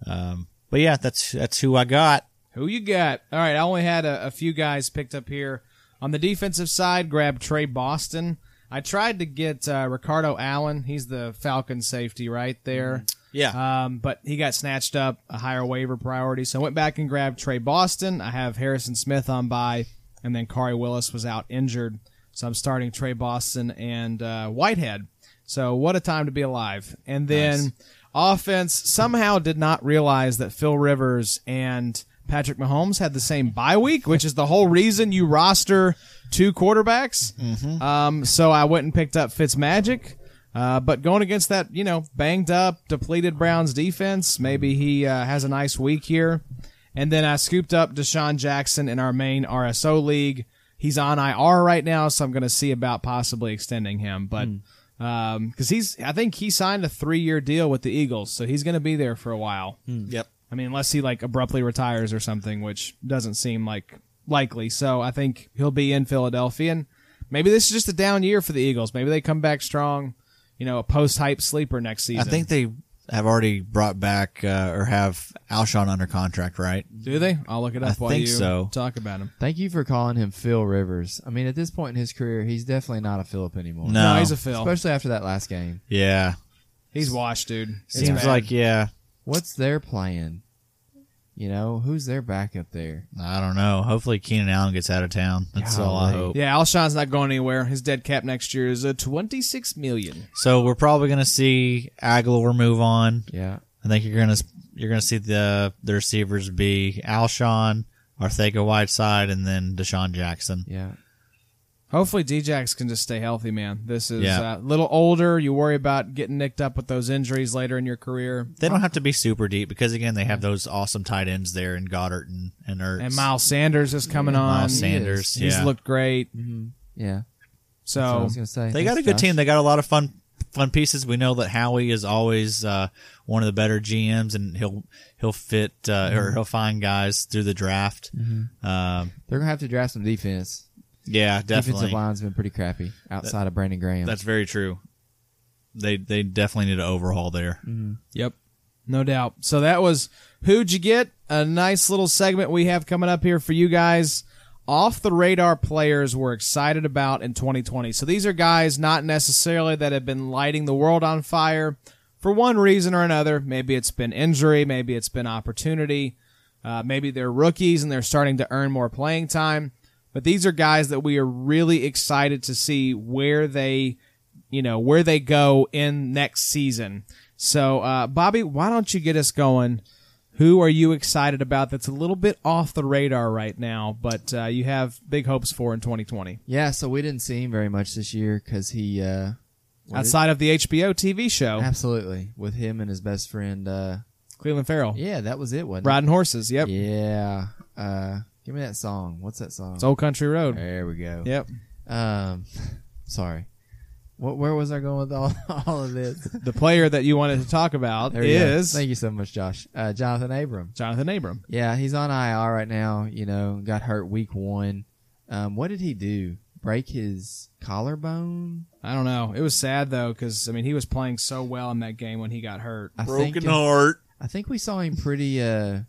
C: Um, but yeah, that's that's who I got.
B: Who you got? All right, I only had a, a few guys picked up here. On the defensive side, grab Trey Boston. I tried to get uh, Ricardo Allen. He's the Falcon safety right there.
C: Yeah.
B: Um, but he got snatched up a higher waiver priority. So I went back and grabbed Trey Boston. I have Harrison Smith on by, and then Kari Willis was out injured. So I'm starting Trey Boston and uh, Whitehead. So what a time to be alive. And then offense somehow did not realize that Phil Rivers and Patrick Mahomes had the same bye week, which is the whole reason you roster two quarterbacks. Um, so I went and picked up Fitzmagic. Uh, but going against that, you know, banged up, depleted Browns defense, maybe he uh, has a nice week here. And then I scooped up Deshaun Jackson in our main RSO league. He's on IR right now, so I'm going to see about possibly extending him. But because he's, I think he signed a three year deal with the Eagles, so he's going to be there for a while.
C: yep.
B: I mean, unless he like abruptly retires or something, which doesn't seem like likely. So I think he'll be in Philadelphia, and maybe this is just a down year for the Eagles. Maybe they come back strong. You know, a post-hype sleeper next
C: I
B: season.
C: think they have already brought back uh, or have Alshon under contract, right?
B: do they? I'll look it up
C: I
B: while
C: think
B: you
C: so.
B: talk about him.
D: Thank you for calling him Phil Rivers. I mean, at this point in his career, he's definitely not a Philip anymore.
C: No.
B: he's a Phil.
D: Especially after that last game.
C: Yeah.
B: He's washed, dude. It's
C: Seems
B: bad.
C: like yeah.
D: What's their plan? You know, who's their backup there?
C: I don't know. Hopefully Keenan Allen gets out of town. That's all I
D: Golly.
C: hope.
B: yeah, Alshon's not going anywhere. His dead cap next year is a twenty-six million.
C: So we're probably going to see Aguilar move on.
D: Yeah.
C: I think you're going to you're going to see the the receivers be Alshon, Arthega Whiteside, and then Deshaun Jackson.
D: Yeah.
B: Hopefully, Djax can just stay healthy, man. This is
C: Yeah.
B: uh, a little older. You worry about getting nicked up with those injuries later in your career.
C: They don't have to be super deep because again they have those awesome tight ends there in Goddard and and Ertz.
B: And Miles Sanders is coming on.
C: Miles Sanders.
B: He's
C: yeah.
B: looked great.
D: Yeah. That's what I
B: So
D: was gonna say.
C: They got a
D: Thanks,
C: good
D: Josh.
C: team. They got a lot of fun fun pieces. We know that Howie is always uh, one of the better GMs, and he'll he'll fit uh, or he'll find guys through the draft.
B: Mm-hmm.
C: Um,
D: They're gonna have to draft some defense.
C: yeah, definitely.
D: Defensive line's been pretty crappy outside of Brandon Graham.
C: That's very true. They they definitely need an overhaul there.
B: Yep. No doubt. So that was Who'd You Get? A nice little segment we have coming up here for you guys. Off the radar players we're excited about in 2020. So these are guys not necessarily that have been lighting the world on fire for one reason or another. Maybe it's been injury, maybe it's been opportunity, uh, maybe they're rookies and they're starting to earn more playing time. But these are guys that we are really excited to see where they you know where they go in next season. So, uh, Bobby, why don't you get us going? Who are you excited about? That's a little bit off the radar right now, but uh, you have big hopes for in 2020.
D: yeah, so we didn't see him very much this year because he uh,
B: Outside of the HBO TV show,
D: absolutely with him and his best friend. Uh,
B: Cleveland Farrell
D: yeah, that was it. Wasn't it?
B: riding horses. Yep,
D: Yeah. Uh, give me that song. What's that song?
B: it's Old Country Road.
D: There we go.
B: Yep,
D: Um, (laughs) sorry. What, where was I going with all, (laughs) all of this?
B: the player that you wanted to talk about
D: (laughs) There we go.
B: is
D: Thank you so much, Josh. Uh, Jonathan Abram.
B: Jonathan Abram.
D: Yeah, he's on IR right now. You know, got hurt week one. Um, what did he do? Break his collarbone?
B: I don't know. It was sad though, because I mean he was playing so well in that game when he got hurt.
D: I
C: Broken
D: think,
C: heart.
D: I think we saw him pretty. Uh,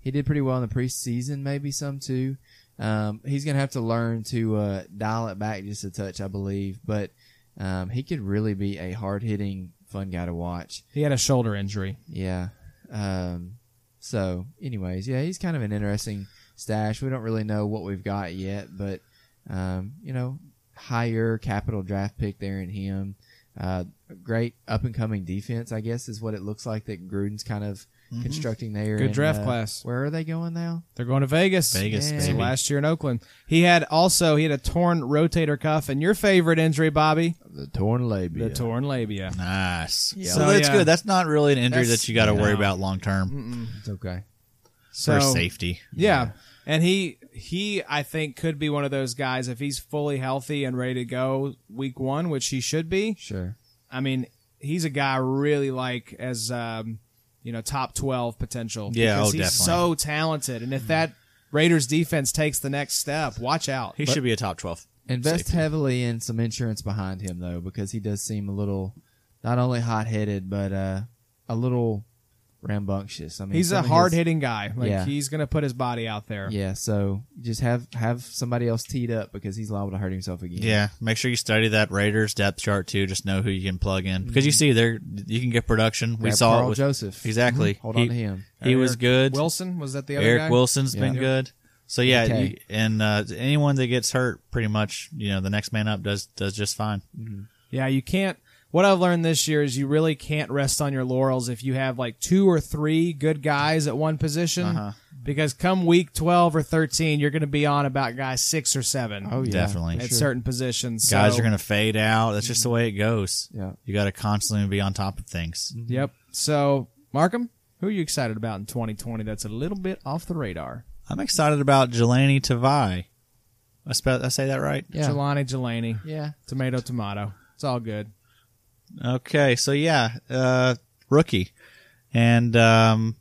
D: he did pretty well in the preseason, maybe some too. Um, he's gonna have to learn to uh, dial it back just a touch, I believe. But um, he could really be a hard hitting, fun guy to watch.
B: He had a shoulder injury.
D: Yeah. Um, so, anyways, yeah, he's kind of an interesting stash. We don't really know what we've got yet, but um, you know, higher capital draft pick there in him. Uh, great up and coming defense, I guess, is what it looks like that Gruden's kind of constructing there.
B: Mm-hmm. Good
D: And,
B: draft
D: uh,
B: class.
D: Where are they going now?
B: They're going to Vegas.
C: Vegas,
D: Yeah.
B: So
C: baby.
B: last year in Oakland. He had also he had a torn rotator cuff and your favorite injury, Bobby,
D: The torn labia.
B: the torn labia.
C: Nice.
D: Yeah.
C: So
B: So,
C: that's
B: yeah.
C: good. That's not really an injury
B: That's-
C: that you got to worry
B: no.
C: about long term.
D: It's okay.
B: So
C: for safety.
B: Yeah. And he he I think could be one of those guys if he's fully healthy and ready to go week 1, which he should be.
D: Sure.
B: I mean, he's a guy I really like as um, you know, top 12 potential
C: Yeah,
B: because
C: oh,
B: he's
C: definitely.
B: so talented and if that Raiders defense takes the next step, watch out.
C: He should be a top 12.
D: Invest
C: safety.
D: heavily in some insurance behind him though, because he does seem a little not only hot headed, but uh, a little rambunctious. I mean,
B: He's a
D: some of his-
B: hard-hitting guy. Like
D: Yeah.
B: he's going to put his body out there.
D: Yeah, so just have have somebody else teed up because he's liable to hurt himself again.
C: Yeah, make sure you study that Raiders depth chart too. Just know who you can plug in because you see there you can get production. We
D: Grab
C: saw
D: Carl
C: it with
D: Joseph.
C: exactly.
D: Mhm. Hold
C: he,
D: on to him.
C: He was
B: Eric
C: good.
B: Wilson was that the other
C: Eric
B: guy?
C: Wilson's been
D: Yeah.
C: good. So yeah,
D: Okay.
C: you- and uh, anyone that gets hurt, pretty much, you know, the next man up does does just fine.
B: Yeah, you can't. What I've learned this year is you really can't rest on your laurels if you have like two or three good guys at one position.
D: Uh-huh.
B: Because come week 12 or 13, you're going to be on about guys six or seven
D: Oh yeah,
C: Definitely.
B: at
C: sure.
B: certain positions.
C: Guys
B: So-
C: are going to fade out. That's just the way it goes.
D: Yeah.
C: you got to constantly be on top of things.
B: Yep. So, Markham, who are you excited about in 2020 that's a little bit off the radar?
C: I'm excited about Jelani Tavai. I, spe- I say that right?
D: Yeah.
B: Jelani Jelani.
D: Yeah.
B: Tomato, tomato. It's all good.
C: Okay, so yeah, uh, rookie, and um,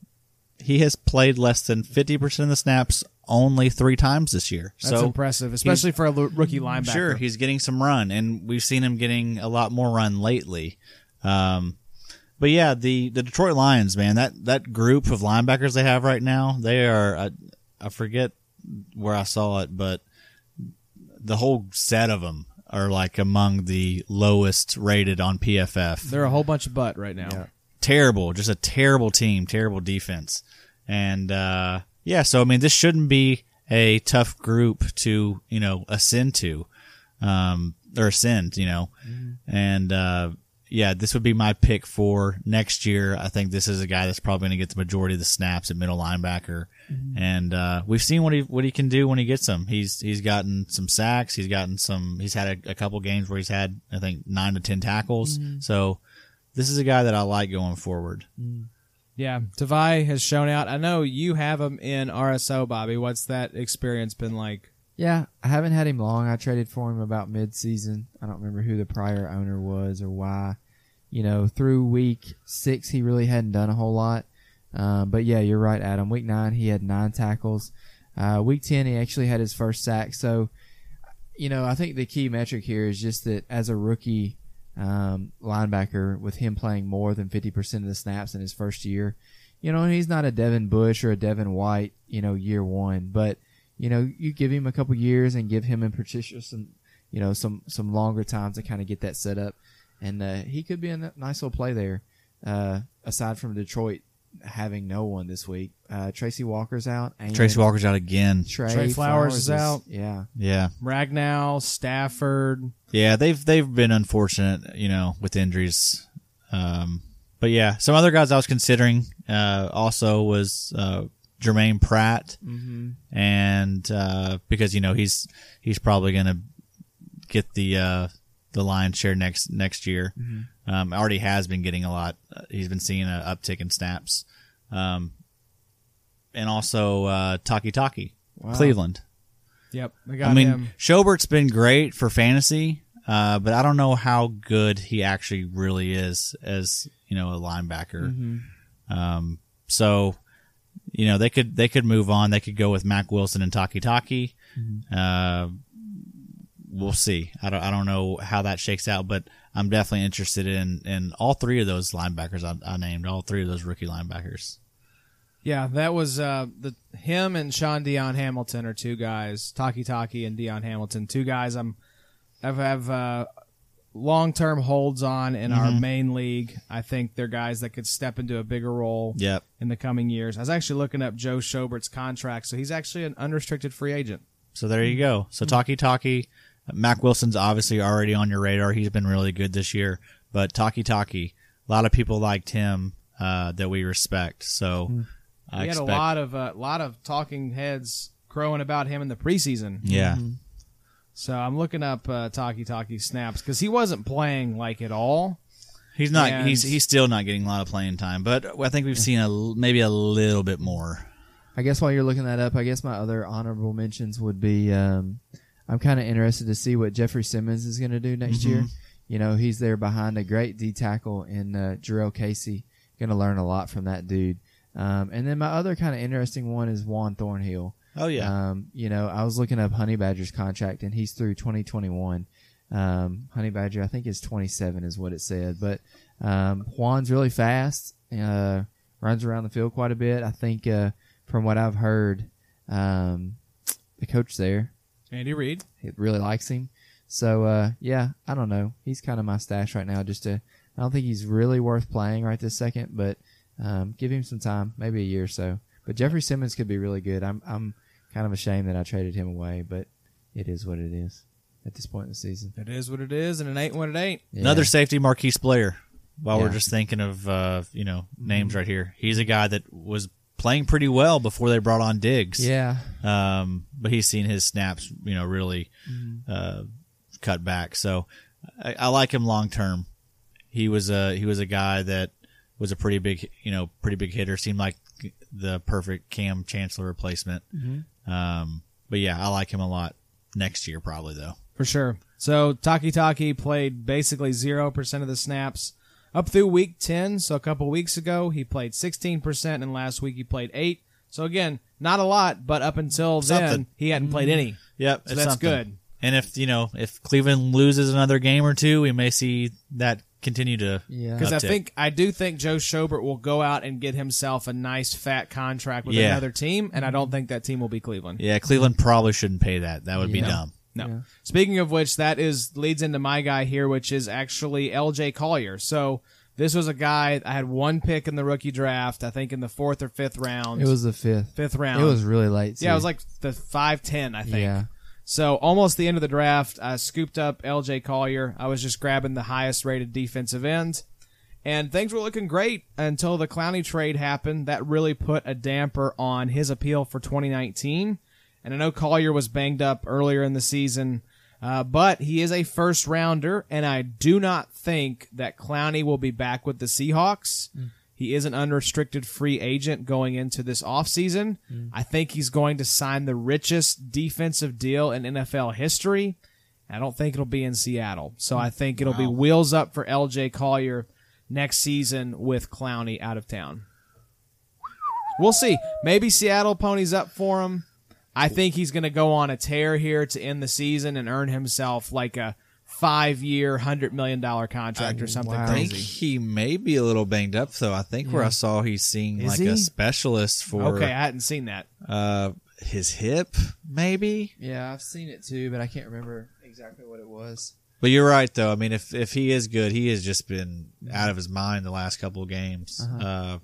C: he has played less than fifty percent of the snaps only three times this year.
B: That's
C: so
B: impressive, especially for a lo- rookie linebacker.
C: Sure, he's getting some run, and we've seen him getting a lot more run lately. Um, but yeah, the, the Detroit Lions, man, that, that group of linebackers they have right now, they are, I, I forget where I saw it, but the whole set of them are like among the lowest rated on PFF
B: They're a whole bunch of butt right now.
C: terrible, just a terrible team, terrible defense. And uh, yeah, so I mean, this shouldn't be a tough group to you know ascend to, um, or ascend, you know. And uh, yeah, this would be my pick for next year. I think this is a guy that's probably going to get the majority of the snaps at middle linebacker. And uh, we've seen what he what he can do when he gets them. He's he's gotten some sacks. He's gotten some. He's had a, a couple games where he's had I think nine to ten tackles. So this is a guy that I like going forward.
B: Yeah, Tavai has shown out. I know you have him in RSO, Bobby. What's that experience been like?
D: Yeah, I haven't had him long. I traded for him about mid-season. I don't remember who the prior owner was or why. You know, through week six, he really hadn't done a whole lot. Um, but yeah, you're right, Adam. Week nine, he had nine tackles. Uh, week ten, he actually had his first sack. So, you know, I think the key metric here is just that as a rookie um, linebacker, with him playing more than 50% of the snaps in his first year, you know, he's not a Devin Bush or a Devin White, you know, year one, but, you know, you give him a couple years and give him and Patricia some, you know, some, some longer time to kind of get that set up. And uh, he could be a n- nice little play there, uh, aside from Detroit having no one this week. Uh, Tracy Walker's out. And
C: Tracy Walker's out again.
D: Trey,
B: Trey Flowers is out.
D: Yeah.
C: Yeah,
B: Ragnow, Stafford.
C: yeah, they've they've been unfortunate, you know, with injuries. Um, but yeah, some other guys I was considering uh, also was uh, Jermaine Pratt, and uh, because you know he's he's probably going to get the uh, the lion's share next next year. Um, already has been getting a lot. Uh, He's been seeing an uptick in snaps, um, and also uh, Taki Taki, Cleveland.
B: Yep, I got
C: I mean,
B: him.
C: Schobert's been great for fantasy, uh, but I don't know how good he actually really is as you know a linebacker. Um, so you know they could they could move on. They could go with Mac Wilson and Taki Taki. Uh, we'll see. I don't I don't know how that shakes out, but I'm definitely interested in in all three of those linebackers I, I named. All three of those rookie linebackers.
B: Yeah, that was uh, the him and Sean Dion Hamilton are two guys. Taki Taki and Dion Hamilton, two guys I'm I've have uh, long term holds on in
C: Mm-hmm.
B: our main league. I think they're guys that could step into a bigger role.
C: Yep.
B: In the coming years, I was actually looking up Joe Schobert's contract, so he's actually an unrestricted free agent.
C: So there you go.
B: Hmm.
C: So Taki Taki, Mac Wilson's obviously already on your radar. He's been really good this year. But Taki Taki, a lot of people liked him uh, that we respect. So I
B: we
C: expect,
B: Hmm. had a lot of a lot of talking heads crowing about him in the preseason.
C: yeah,
B: So I'm looking up uh, Taki Taki snaps because he wasn't playing like at all.
C: he's not.
B: And-
C: he's he's still not getting a lot of playing time. But I think we've seen a l- maybe a little bit more.
D: I guess while you're looking that up, I guess my other honorable mentions would be um, I'm kind of interested to see what Jeffrey Simmons is going to do next
B: Mm-hmm.
D: year. You know, he's there behind a great D tackle in uh, Jarrell Casey. Going to learn a lot from that dude. Um, and then my other kind of interesting one is Juan Thornhill.
C: Oh, yeah.
D: Um, you know, I was looking up Honey Badger's contract, and he's through 2021. Um, Honey Badger, I think, is 27, is what it said. But um, Juan's really fast. Uh, runs around the field quite a bit. I think, uh, from what I've heard, um, the coach there
B: Andy Reid.
D: he really likes him. So uh, yeah, I don't know. He's kind of my stash right now. Just to, I don't think he's really worth playing right this second, but um, give him some time, maybe a year or so. But Jeffrey Simmons could be really good. I'm I'm kind of ashamed that I traded him away, but it is what it is at this point in the season.
B: It is what it is, and it ain't what it ain't.
D: Yeah.
C: Another safety, Marquise Blair. While we're
D: Yeah.
C: just thinking of uh, you know
B: Hmm.
C: names right here, he's a guy that was playing pretty well before they brought on Diggs.
D: yeah,
C: Um, but he's seen his snaps, you know, really
B: Mm-hmm.
C: uh, cut back. So I, I like him long term. He was a he was a guy that was a pretty big, you know, pretty big hitter. Seemed like the perfect Cam Chancellor replacement.
B: Mm-hmm.
C: Um, but yeah, I like him a lot. Next year, probably though.
B: For sure. So Taki Taki played basically 0% of the snaps up through week 10. So a couple weeks ago, he played 16%, and last week he played 8 So again, not a lot, but up until then,
C: Something.
B: he hadn't played any.
C: Yep,
B: So
C: it's
B: that's
C: something.
B: good.
C: And if you know, if Cleveland loses another game or two, we may see that continue to
D: Yeah.
B: Because I
C: uptick.
B: think I do think Joe Schobert will go out and get himself a nice fat contract with
C: Yeah.
B: another team, and I
D: Mm-hmm.
B: don't think that team will be Cleveland.
C: yeah, Cleveland probably shouldn't pay that. That would be
D: Yeah.
C: dumb.
B: No.
D: Yeah.
B: Speaking of which, that is leads into my guy here, which is actually L.J. Collier. So this was a guy I had one pick in the rookie draft, I think in the fourth or fifth round.
D: it was the fifth.
B: fifth round.
D: It was really late.
B: yeah, it
D: too.
B: was like the five ten, I think.
D: Yeah.
B: So almost the end of the draft, I scooped up L.J. Collier. I was just grabbing the highest rated defensive end. And things were looking great until the Clowney trade happened. That really put a damper on his appeal for 2019. And I know Collier was banged up earlier in the season, uh, but he is a first rounder, and I do not think that Clowney will be back with the Seahawks. He is an unrestricted free agent going into this offseason. I think he's going to sign the richest defensive deal in NFL history. I don't think it'll be in Seattle. So I think it'll be wheels up for LJ Collier next season with Clowney out of town. We'll see. Maybe Seattle ponies up for him. I think he's going to go on a tear here to end the season and earn himself like a five year, $100 million contract or something
D: wow.
C: I think
B: crazy.
C: he may be a little banged up though. I think where I saw he's seeing
B: Is
C: like
B: he?
C: a specialist for
B: Okay, I hadn't seen that.
C: uh, his hip, maybe.
D: Yeah, I've seen it too, but I can't remember exactly what it was.
C: But you're right though. I mean, if if he is good, he has just been out of his mind the last couple of games.
B: Uh-huh.
C: uh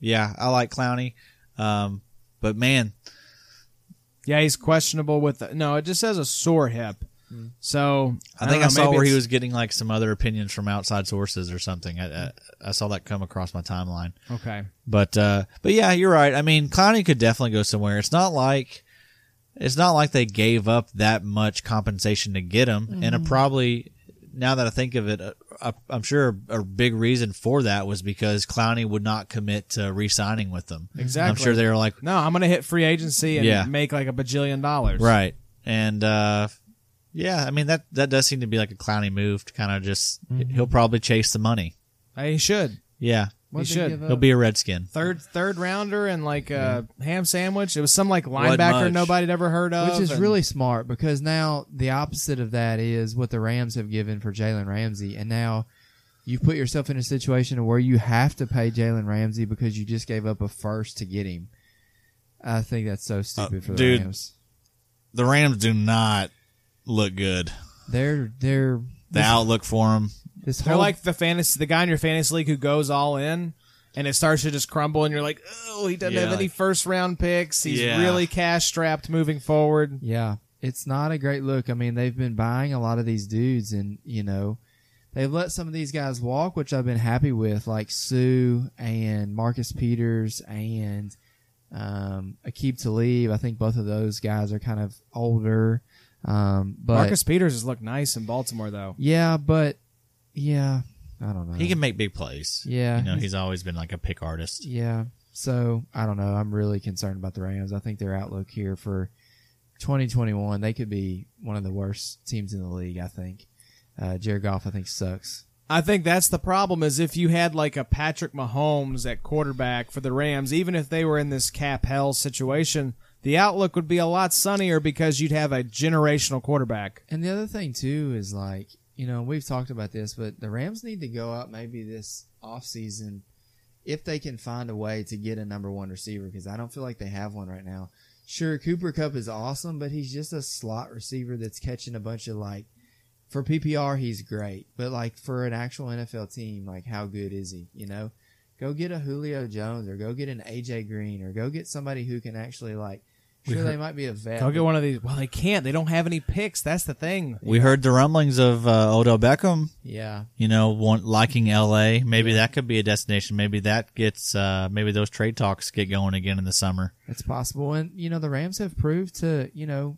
C: yeah, I like Clowney, um, but man,
B: Yeah, he's questionable with no. It just says a sore hip. So
C: Hmm. I, think I saw where he
B: was.
C: was getting like some other opinions from outside sources or something. I, I, I saw that come across my timeline.
B: Okay.
C: But uh, but yeah, you're right. I mean, Clowney could definitely go somewhere. It's not like it's not like they gave up that much compensation to get him, and a probably now that I think of it, uh, I, I'm sure a big reason for that was because Clowney would not commit to re-signing with them. I'm
B: Exactly.
C: sure they were like,
B: No, I'm gonna hit free agency and
C: Yeah.
B: make like a bajillion dollars.
C: Right. And uh yeah, I mean that that does seem to be like a clowny move to kind of just he'll probably chase the money.
B: Uh, He should.
C: Yeah.
D: What
B: should.
C: He'll be a redskin.
B: Third third rounder and like a ham sandwich. It was some like
C: Wasn't
B: linebacker
C: much.
B: nobody'd ever heard of.
D: Which is
B: and-
D: really smart because now the opposite of that is what the Rams have given for Jalen Ramsey, and now you put yourself in a situation where you have to pay Jalen Ramsey because you just gave up a first to get him. I think that's
B: Uh,
D: so stupid for the
C: dude.
D: Rams.
C: The Rams do not look good.
D: They're they're
C: The outlook for him.
D: this
B: They're
D: whole
B: like the fantasy the guy in your fantasy league who goes all in and it starts to just crumble and you're like, oh, he doesn't
C: Yeah,
B: have any
C: like-
B: first round picks. He's
C: Yeah.
B: really cash strapped moving forward.
D: Yeah, it's not a great look. I mean, they've been buying a lot of these dudes, and you know, they've let some of these guys walk, which I've been happy with, like Sue and Marcus Peters and um, Akib Talib. I think both of those guys are kind of older, um, but
B: Marcus Peters has looked nice in Baltimore though.
D: yeah, but yeah, I don't know.
C: He can make big plays.
D: Yeah.
C: You know, he's always been like a pick artist.
D: yeah, So I don't know. I'm really concerned about the Rams. I think their outlook here for 2021, they could be one of the worst teams in the league. I think uh, Jared Goff, I think, sucks.
B: I think that's the problem is if you had like a Patrick Mahomes at quarterback for the Rams, even if they were in this cap hell situation, the outlook would be a lot sunnier because you'd have a generational quarterback.
D: And the other thing too is like, you know, we've talked about this, but the Rams need to go out maybe this offseason if they can find a way to get a number one receiver because I don't feel like they have one right now. Sure, Cooper Cup is awesome, but he's just a slot receiver that's catching a bunch of like for PPR he's great, but like for an actual NFL team, like how good is he? You know, go get a Julio Jones or go get an AJ Green or go get somebody who can actually like. Sure, they might be a vet.
B: They'll
D: but-
B: get one of these. Well, they can't. They don't have any picks. That's the thing.
C: We heard the rumblings of uh, Odell Beckham,
D: Yeah,
C: you know, want, liking LA. Maybe that could be a destination. Maybe that gets, uh, maybe those trade talks get going again in the summer.
D: It's possible. And, you know, the Rams have proved to, you know,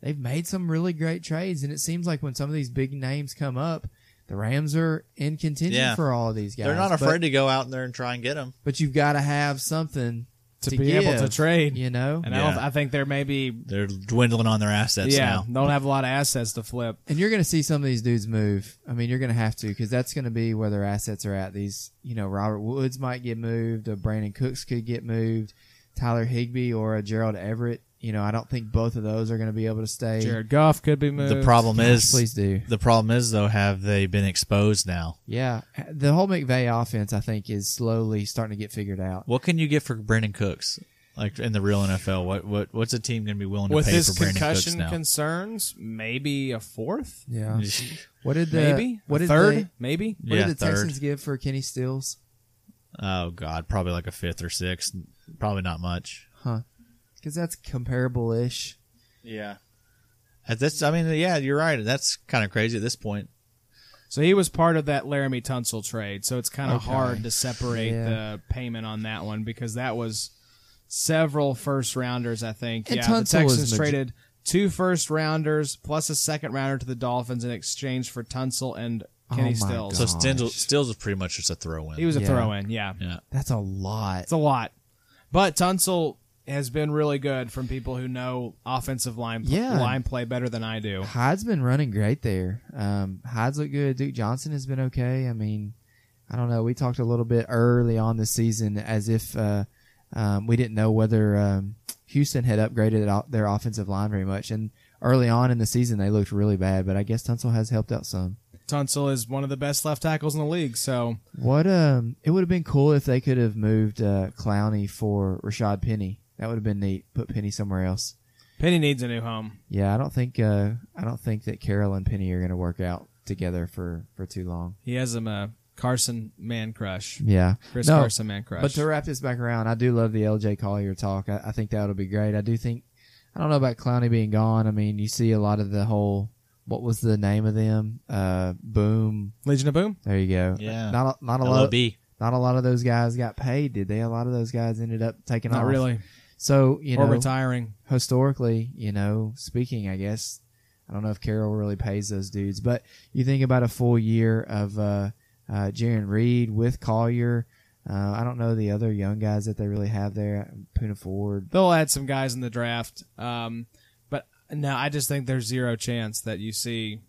D: they've made some really great trades. And it seems like when some of these big names come up, the Rams are in contention
C: Yeah.
D: for all of these guys.
C: They're not
D: But-
C: afraid to go out there and try and get him.
D: But, you've got to have something
B: To
D: to,
B: be able to
D: give,
B: trade.
D: You know?
B: And I, don't,
C: Yeah.
B: I think they're maybe
C: They're dwindling on their assets
B: yeah
C: now.
B: don't have a lot of assets to flip.
D: And you're going to see some of these dudes move. I mean, you're going to have to because that's going to be where their assets are at. These, you know, Robert Woods might get moved, or Brandon Cooks could get moved, Tyler Higbee or a Gerald Everett. You know, I don't think both of those are going to be able to stay.
B: Jared Goff could be moved.
C: The problem is,
D: Please do.
C: the problem is though, have they been exposed now?
D: Yeah, the whole McVay offense, I think, is slowly starting to get figured out.
C: What can you get for Brandon Cooks? Like in the real NFL, what what what's a team going to be willing to
B: with
C: pay
B: his
C: for Brandon Cooks
B: concussion
C: now?
B: concerns, maybe a fourth,
D: Yeah, what did the
B: maybe
D: what
B: a
D: did
B: third,
D: the,
B: maybe.
D: what
C: Yeah,
D: did the
C: third.
D: Texans give for Kenny Stills?
C: (laughs) oh God, probably like a fifth or sixth. Probably not much.
D: Huh? Because that's comparable ish.
C: Yeah. At this, I mean, yeah, you're right. That's kind of crazy at this point.
B: So he was part of that Laramie Tunsil trade. So it's kind of hard to separate
D: Yeah.
B: the payment on that one because that was several first rounders, I think.
D: And
B: yeah, the
D: Tunsil was
B: Texans
D: maj-
B: traded two first rounders plus a second rounder to the Dolphins in exchange for Tunsil and Kenny
D: Oh my
B: Stills.
C: So
D: God.
B: So
C: Stills, Stills was pretty much just a throw in.
B: he was a
D: Yeah.
B: throw in, yeah.
C: yeah.
D: That's a lot.
B: It's a lot. But Tunsil has been really good from people who know offensive line
D: Yeah.
B: line play better than I do.
D: Hyde's been running great there. Um, Hyde's looked good. Duke Johnson has been okay. I mean, I don't know. We talked a little bit early on this season as if uh, um, we didn't know whether um, Houston had upgraded o- their offensive line very much. And early on in the season, they looked really bad. But I guess Tunsil has helped out some.
B: Tunsil is one of the best left tackles in the league, so
D: What um, it would have been cool if they could have moved uh, Clowney for Rashad Penny. That would have been neat. Put Penny somewhere else.
B: Penny needs a new home.
D: Yeah, I don't think uh, I don't think that Carroll and Penny are going to work out together for for too long.
B: He has him a Carson man crush.
D: Yeah.
B: Chris Carson man crush.
D: But to wrap this back around, I do love the LJ Collier talk. I, I think that'll be great. I do think I don't know about Clowney being gone. I mean, you see a lot of the whole what was the name of them? Uh, boom.
B: Legion of Boom.
D: There you go.
C: Yeah.
D: Not a, not a lot.
C: LOB.
D: Not a lot of those guys got paid, did they? A lot of those guys ended up taking
B: Not
D: off.
B: really.
D: So you
B: or
D: know,
B: retiring.
D: historically, you know, speaking, I guess, I don't know if Carroll really pays those dudes, but you think about a full year of uh, uh, Jaron Reed with Collier. Uh, I don't know the other young guys that they really have there. Puna Ford.
B: They'll add some guys in the draft. Um, but no, I just think there's zero chance that you see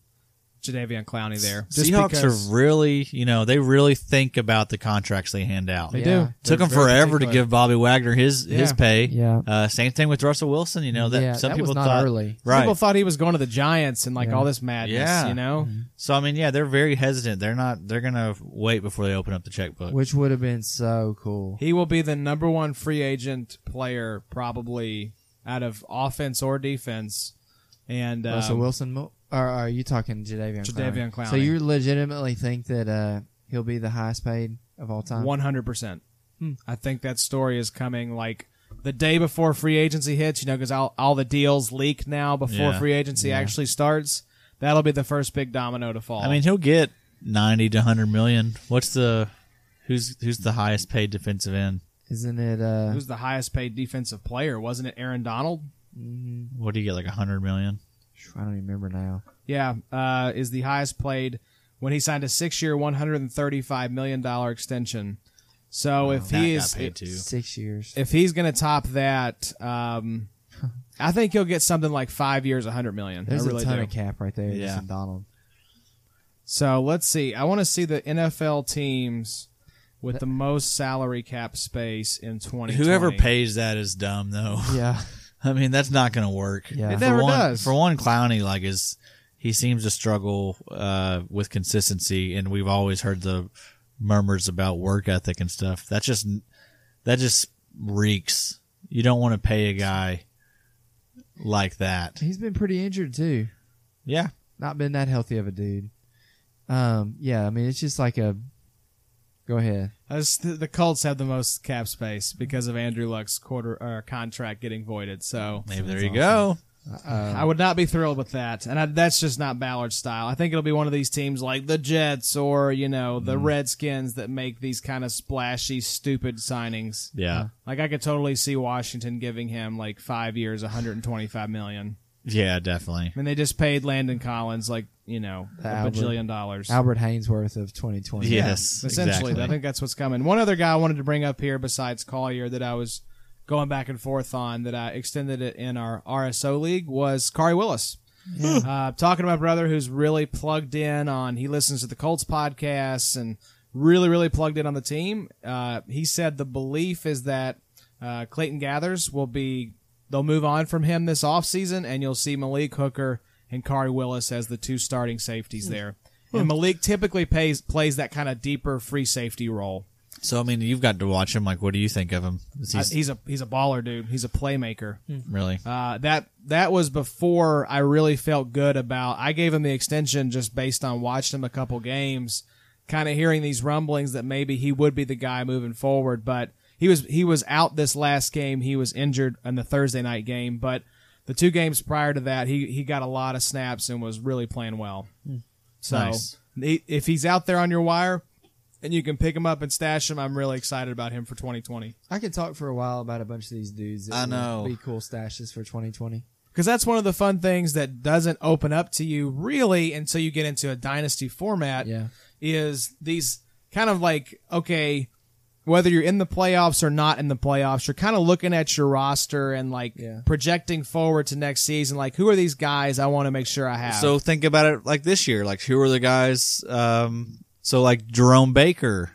B: Jadavion Clowney there. Just
C: Seahawks
B: because
C: are really, you know, they really think about the contracts they hand out.
B: they
D: Yeah.
B: do.
C: Took
B: They're
C: them
B: very
C: forever to
B: particular.
C: give Bobby Wagner his his
B: Yeah.
C: pay.
D: Yeah.
C: Uh, same thing with Russell Wilson. You know that
D: Yeah,
C: some
D: that was
C: people
D: not
C: thought
D: early.
B: Some
C: right.
B: People thought he was going to the Giants and like all this madness.
C: Yeah. Mm-hmm.
B: You know,
C: so I mean, yeah, they're very hesitant. They're not. They're gonna wait before they open up the
B: Uh,
C: checkbook.
D: Which would have been so cool.
B: he will be the number one free agent player probably out of offense or defense. And um,
D: Russell Wilson, Mo- or are you talking Jadavion?
B: Jadavion Clowney.
D: So you legitimately think that uh, he'll be the highest paid of all
C: Uh-huh.
D: time?
B: One hundred percent. I think that story is coming like the day before free agency hits. You know, because all, all the deals leak now before
C: Yeah.
B: free agency actually starts. That'll be the first big domino to fall.
C: I mean, he'll get ninety to hundred million. What's the who's who's the highest paid defensive end?
D: Isn't it? Uh,
B: who's the highest paid defensive player? Wasn't it Aaron Donald?
C: What do you get like hundred million?
D: I don't even remember now.
B: Yeah, uh, is the highest played when he signed a six-year, one hundred and thirty-five million dollar extension. So if
C: That
B: he
C: got
B: is
C: paid too.
D: Six years.
B: if he's going to top that,
C: (laughs)
B: um, I think he'll get something like five years, a hundred million.
D: There's
B: I really
D: a ton
B: do.
D: of cap right there.
C: Yeah.
D: Yeah. Donald.
B: So let's see. I want to see the NFL teams with the most salary cap space in 2020.
C: Whoever pays that is dumb, though. (laughs)
D: Yeah. (laughs)
C: I mean, that's not going to work.
D: Yeah. It
B: never
C: for one,
B: does.
C: For one, Clowney like is he seems to struggle uh, with consistency, and we've always heard the murmurs about work ethic and stuff. That just that just reeks. You don't want to pay a guy like that.
D: He's been pretty injured too.
C: Yeah,
D: Not been that healthy of a dude. Um, yeah, I mean it's just like a go ahead.
B: Us- the, the Colts have the most cap space because of Andrew Luck's quarter uh, contract getting voided. So
C: maybe there you go.
B: I would not be thrilled with that, and I, that's just not Ballard style. I think it'll be one of these teams like the Jets or you know the
C: Mm.
B: Redskins that make these kind of splashy, stupid signings.
C: Yeah,
B: Like I could totally see Washington giving him like five years, 125 million.
C: yeah, definitely.
B: I mean, they just paid Landon Collins like you know a
D: Albert-
B: bajillion dollars.
D: Albert Hainsworth of twenty twenty.
C: Yes,
B: Essentially,
C: exactly.
B: I think that's what's coming. One other guy I wanted to bring up here besides Collier that I was going back and forth on that I extended it in our RSO league was Kari Willis. uh, talking to my brother who's really plugged in on, he listens to the Colts podcasts and really, really plugged in on the team. Uh, he said the belief is that uh, Clayton Gathers will be, they'll move on from him this offseason and you'll see Malik Hooker and Kari Willis as the two starting safeties there. And Malik typically pays, plays that kind of deeper free safety role.
C: So I mean, you've got to watch him. Like, what do you think of him? Is he
B: He's, he's a he's a baller, dude. He's a playmaker.
C: really?
B: Uh, that that was before I really felt good about. I gave him the extension just based on watching him a couple games, kind of hearing these rumblings that maybe he would be the guy moving forward. But he was he was out this last game. He was injured in the Thursday night game, but the two games prior to that, he he got a lot of snaps and was really playing well. So
C: Nice.
B: he- if he's out there on your wire. And you can pick him up and stash him. I'm really excited about him for 2020.
D: I could talk for a while about a bunch of these dudes. That
C: I
D: would
C: know.
D: Be cool stashes for 2020.
B: because that's one of the fun things that doesn't open up to you really until you get into a dynasty format
D: Yeah.
B: is these kind of like okay whether you're in the playoffs or not in the playoffs you're kind of looking at your roster and like
D: Yeah.
B: projecting forward to next season like who are these guys i want to make sure i have
C: So think about it like this year. Like who are the guys? Um, so like Jerome Baker,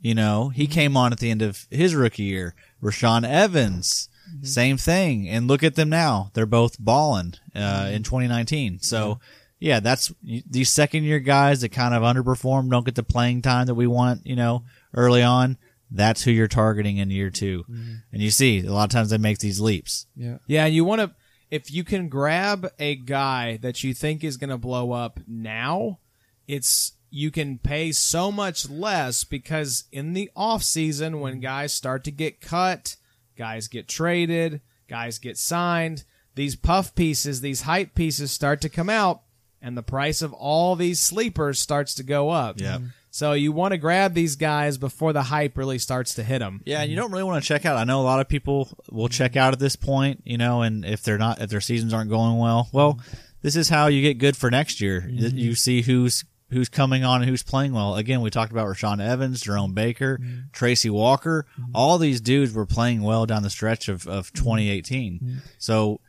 C: you know, he came on at the end of his rookie year. Rashawn Evans, same thing. And look at them now; they're both balling uh, in 2019. So yeah, that's these second year guys that kind of underperform, don't get the playing time that we want. You know, early on. That's who you're targeting in year 2 and you see a lot of times they make these leaps.
D: Yeah.
B: Yeah, and you want to if you can grab a guy that you think is going to blow up now, it's you can pay so much less because in the off season when guys start to get cut, guys get traded, guys get signed, these puff pieces, these hype pieces start to come out and the price of all these sleepers starts to go up.
C: Yeah.
B: So you want to grab these guys before the hype really starts to hit them.
C: Yeah, and you don't really want to check out. I know a lot of people will check out at this point, you know, and if they're not, if their seasons aren't going well, well, this is how you get good for next year. You- You see who's who's coming on and who's playing well. Again, we talked about Rashawn Evans, Jerome Baker, Tracy Walker. All these dudes were playing well down the stretch of of 2018. So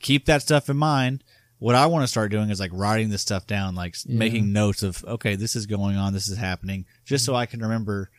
C: keep that stuff in mind. What I want to start doing is like writing this stuff down, like s making notes of okay, this is going on, this is happening, just so I can remember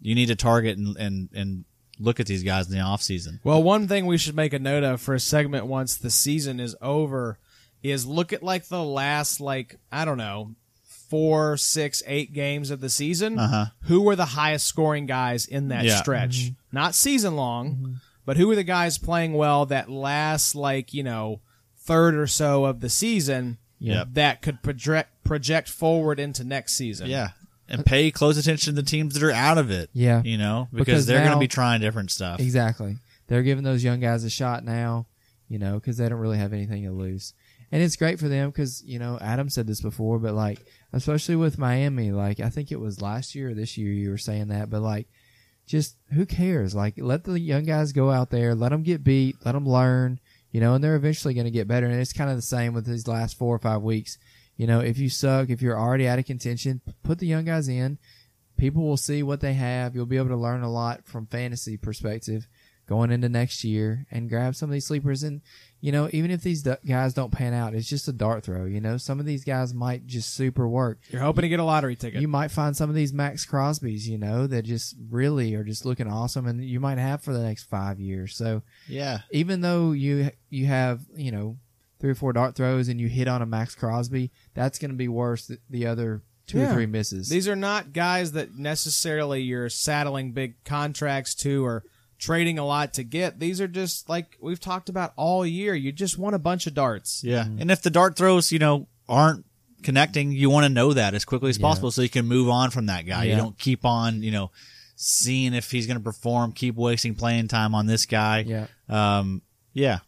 C: you need to target and and, and look at these guys in the off season.
B: Well, one thing we should make a note of for a segment once the season is over is look at like the last like I don't know four, six, eight games of the season. Uh-huh. Who were the highest scoring guys in that
C: Yeah.
B: stretch? Not season long, but who were the guys playing well that last like you know third or so of the season
C: Yep.
B: that could project project forward into next season?
C: Yeah. And pay close attention to the teams that are out of it.
D: Yeah.
C: You know, because,
D: Because
C: they're going to
D: now-
C: be trying different stuff.
D: Exactly. They're giving those young guys a shot now, you know, because they don't really have anything to lose. And it's great for them because, you know, Adam said this before, but like, especially with Miami, like, I think it was last year or this year you were saying that, but like, just who cares? Like, let the young guys go out there, let them get beat, let them learn, you know, and they're eventually going to get better. And it's kind of the same with these last four or five weeks. You know, if you suck, if you're already out of contention, put the young guys in, people will see what they have. You'll be able to learn a lot from fantasy perspective going into next year and grab some of these sleepers. And, you know, even if these d- guys don't pan out, it's just a dart throw. You know, some of these guys might just super work.
B: You're hoping to get a lottery ticket.
D: You might find some of these Max Crosbys, you know, that just really are just looking awesome and you might have for the next five years. So,
C: Yeah.
D: even though you you have you know three or four dart throws and you hit on a Max Crosby, that's going to be worse than the other two
B: Yeah.
D: or three misses.
B: These are not guys that necessarily you're saddling big contracts to or trading a lot to get. These are just like we've talked about all year. You just want a bunch of darts.
C: Yeah.
D: Mm-hmm.
C: And if the dart throws, you know, aren't connecting, you want to know that as quickly as possible so you can move on from that guy. You
D: Yeah.
C: don't keep on, you know, seeing if he's going to perform, keep wasting playing time on this guy.
D: yeah,
C: Um, yeah.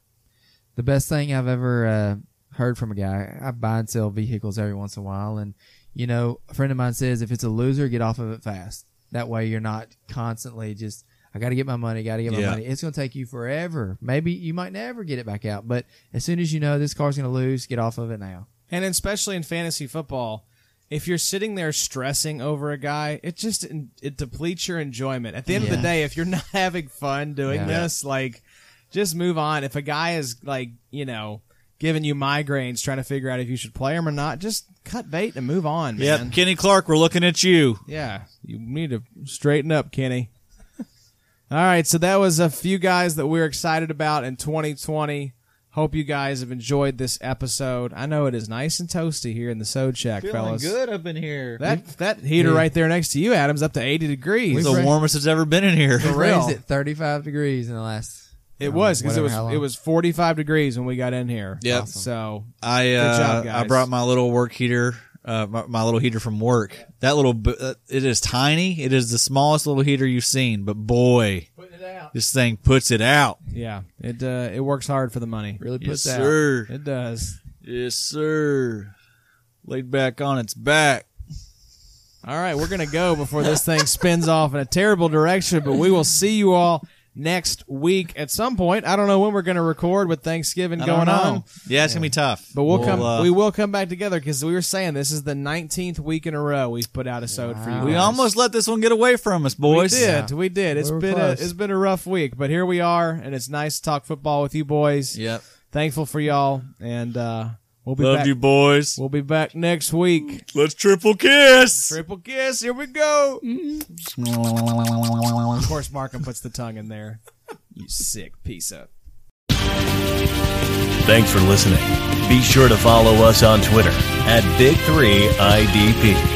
D: the best thing I've ever uh, heard from a guy. I buy and sell vehicles every once in a while, and you know, a friend of mine says if it's a loser, get off of it fast. That way, you're not constantly just. I got to get my money. Got to get my
C: Yeah.
D: money. It's going to take you forever. Maybe you might never get it back out. But as soon as you know this car's going to lose, get off of it now.
B: And especially in fantasy football, if you're sitting there stressing over a guy, it just it depletes your enjoyment. At the end of the
D: Yeah.
B: day, if you're (laughs) not having fun doing
D: Yeah.
B: this, like just move on. If a guy is like, you know, giving you migraines trying to figure out if you should play him or not, just cut bait and move on, man.
C: Yep. Kenny Clark, we're looking at you.
B: Yeah, you need to straighten up, Kenny. (laughs) All right, so that was a few guys that we're excited about in 2020. Hope you guys have enjoyed this episode. I know it is nice and toasty here in the Sode Shack, fellas.
C: up in here.
B: That that heater right there next to you, Adam's up to 80
C: It's
B: degrees.
C: the warmest it's ever been in
D: (laughs)
C: here.
B: For
D: raised
B: real.
D: it 35 degrees in the last.
B: It was because it
D: whatever,
B: was
D: how long.
B: it was 45 degrees when we got in here.
C: Yep. Awesome.
B: So
C: I uh,
B: job,
C: I
B: guys.
C: brought my little work heater, uh, my, my little heater from work. That little b- uh, it is tiny. It is the smallest little heater you've seen, but boy, this thing puts it out.
B: yeah, it uh, it works hard for the money.
D: Really put that.
C: sir.
B: It does.
C: Yes, sir. Laid back on its back.
B: All right, we're going to go before this thing spins off in a terrible direction, but we will see you all next week at some point. I don't know when we're going to record with Thanksgiving
C: I
B: going
C: don't know.
B: on,
C: Yeah, it's gonna be tough.
B: but we'll, come
C: uh,
B: we will come back together cuz we were saying this is the 19th week in a row we've put out a sode for you.
C: we
B: guys.
C: almost let this one get away from us, boys.
B: We did. We did. It's
D: We were
B: been a,
D: close.
B: it's been a rough week, but here we are and it's nice to talk football with you boys.
C: Yep.
B: Thankful for y'all and uh we'll be
C: Love
B: back
C: you, boys.
B: we'll be back next week.
C: Let's triple kiss.
B: Triple kiss. Here we go. Of course, Markham puts the tongue in there. You sick piece of.
A: Thanks for listening. Be sure to follow us on Twitter at Big3IDP